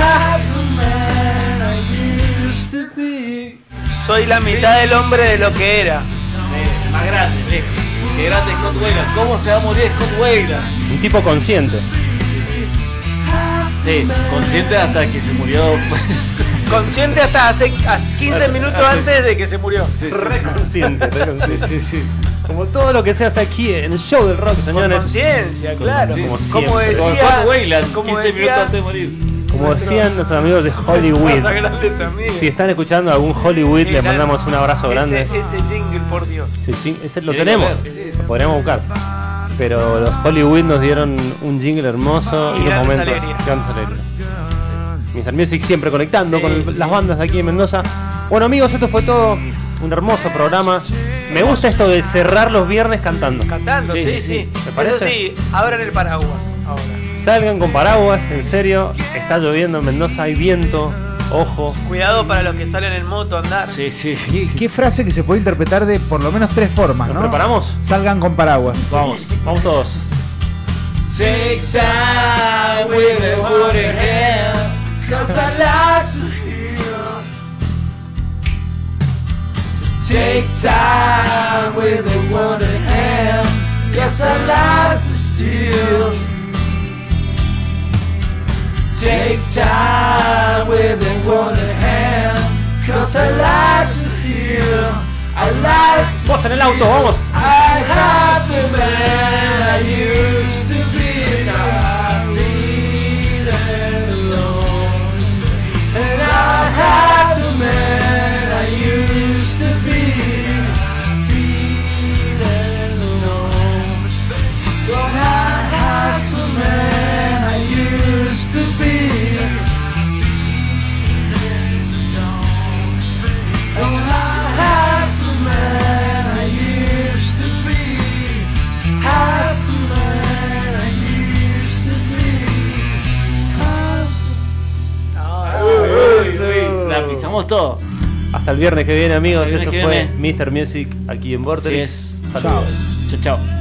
[SPEAKER 10] have to man I used to be.
[SPEAKER 5] Soy la mitad del hombre de lo que era.
[SPEAKER 6] Sí, más grande, lejos. Qué grande Scott Weiland. ¿Cómo se va a morir Scott Weiland?
[SPEAKER 2] Un tipo consciente.
[SPEAKER 6] Sí, consciente hasta que se murió.
[SPEAKER 5] Consciente hasta hace a- 15 minutos antes de que se murió.
[SPEAKER 2] Reconsciente,
[SPEAKER 6] Sí,
[SPEAKER 2] reconsciente.
[SPEAKER 6] sí, sí.
[SPEAKER 2] Como todo lo que se hace aquí en el show del rock,
[SPEAKER 5] Con
[SPEAKER 2] señores.
[SPEAKER 5] conciencia,
[SPEAKER 2] Con
[SPEAKER 5] claro.
[SPEAKER 2] conciencia,
[SPEAKER 5] Como
[SPEAKER 2] como siempre.
[SPEAKER 6] Con
[SPEAKER 5] decía,
[SPEAKER 6] Scott Weiland, 15
[SPEAKER 5] como
[SPEAKER 6] minutos
[SPEAKER 5] decía
[SPEAKER 6] antes de morir.
[SPEAKER 2] Como decían nuestros amigos de Hollywood.
[SPEAKER 5] Más grandes amigos.
[SPEAKER 2] Si están escuchando algún Hollywood, les
[SPEAKER 5] Claro.
[SPEAKER 2] mandamos un abrazo grande.
[SPEAKER 5] Ese, ese jingle, por Dios.
[SPEAKER 2] Sí, sí, ese lo
[SPEAKER 6] Tiene
[SPEAKER 2] tenemos.
[SPEAKER 6] que
[SPEAKER 2] Lo podríamos buscar. Pero los Hollywood nos dieron un jingle hermoso y,
[SPEAKER 5] Y
[SPEAKER 2] unos
[SPEAKER 5] grandes
[SPEAKER 2] momentos.
[SPEAKER 5] alegrías.
[SPEAKER 2] grandes alegrías. Mr. Music siempre conectando
[SPEAKER 5] Sí,
[SPEAKER 2] con las bandas de aquí en Mendoza. Bueno, amigos, esto fue todo un hermoso programa. Me gusta esto de cerrar los viernes cantando.
[SPEAKER 5] Cantando, sí,
[SPEAKER 2] Sí, sí,
[SPEAKER 5] sí.
[SPEAKER 2] sí. ¿Te
[SPEAKER 5] Eso
[SPEAKER 2] parece?
[SPEAKER 5] sí, abran el paraguas ahora.
[SPEAKER 2] Salgan con paraguas, en serio. Está lloviendo en Mendoza, hay viento. Ojo.
[SPEAKER 5] Cuidado para los que salen en moto a andar.
[SPEAKER 6] Sí, sí.
[SPEAKER 4] ¿Qué, qué frase que se puede interpretar de por lo menos tres formas,
[SPEAKER 2] ¿Nos
[SPEAKER 4] ¿no?
[SPEAKER 2] preparamos?
[SPEAKER 4] Salgan con paraguas.
[SPEAKER 2] Vamos, vamos todos.
[SPEAKER 10] Take time with a wooden hand, cause I like to feel. Take time with a wooden hand, cause I like to steal. Take time with a wooden hand, cause I like to feel. I like to
[SPEAKER 2] Vos en el auto, vamos.
[SPEAKER 10] I have the man I used to be. I need alone, and I have the man I used to be. Feeling alone, but I have the man I used to be. Feeling alone, and I have the man I used to be. Half the man I used to be.
[SPEAKER 6] La pisamos todo.
[SPEAKER 2] Hasta el viernes que viene, amigos.
[SPEAKER 6] Hasta el
[SPEAKER 2] Esto
[SPEAKER 6] viernes
[SPEAKER 2] fue
[SPEAKER 6] que
[SPEAKER 2] Mr. Music aquí en Vortex.
[SPEAKER 6] Así
[SPEAKER 2] Saludos.
[SPEAKER 6] Chao, chao.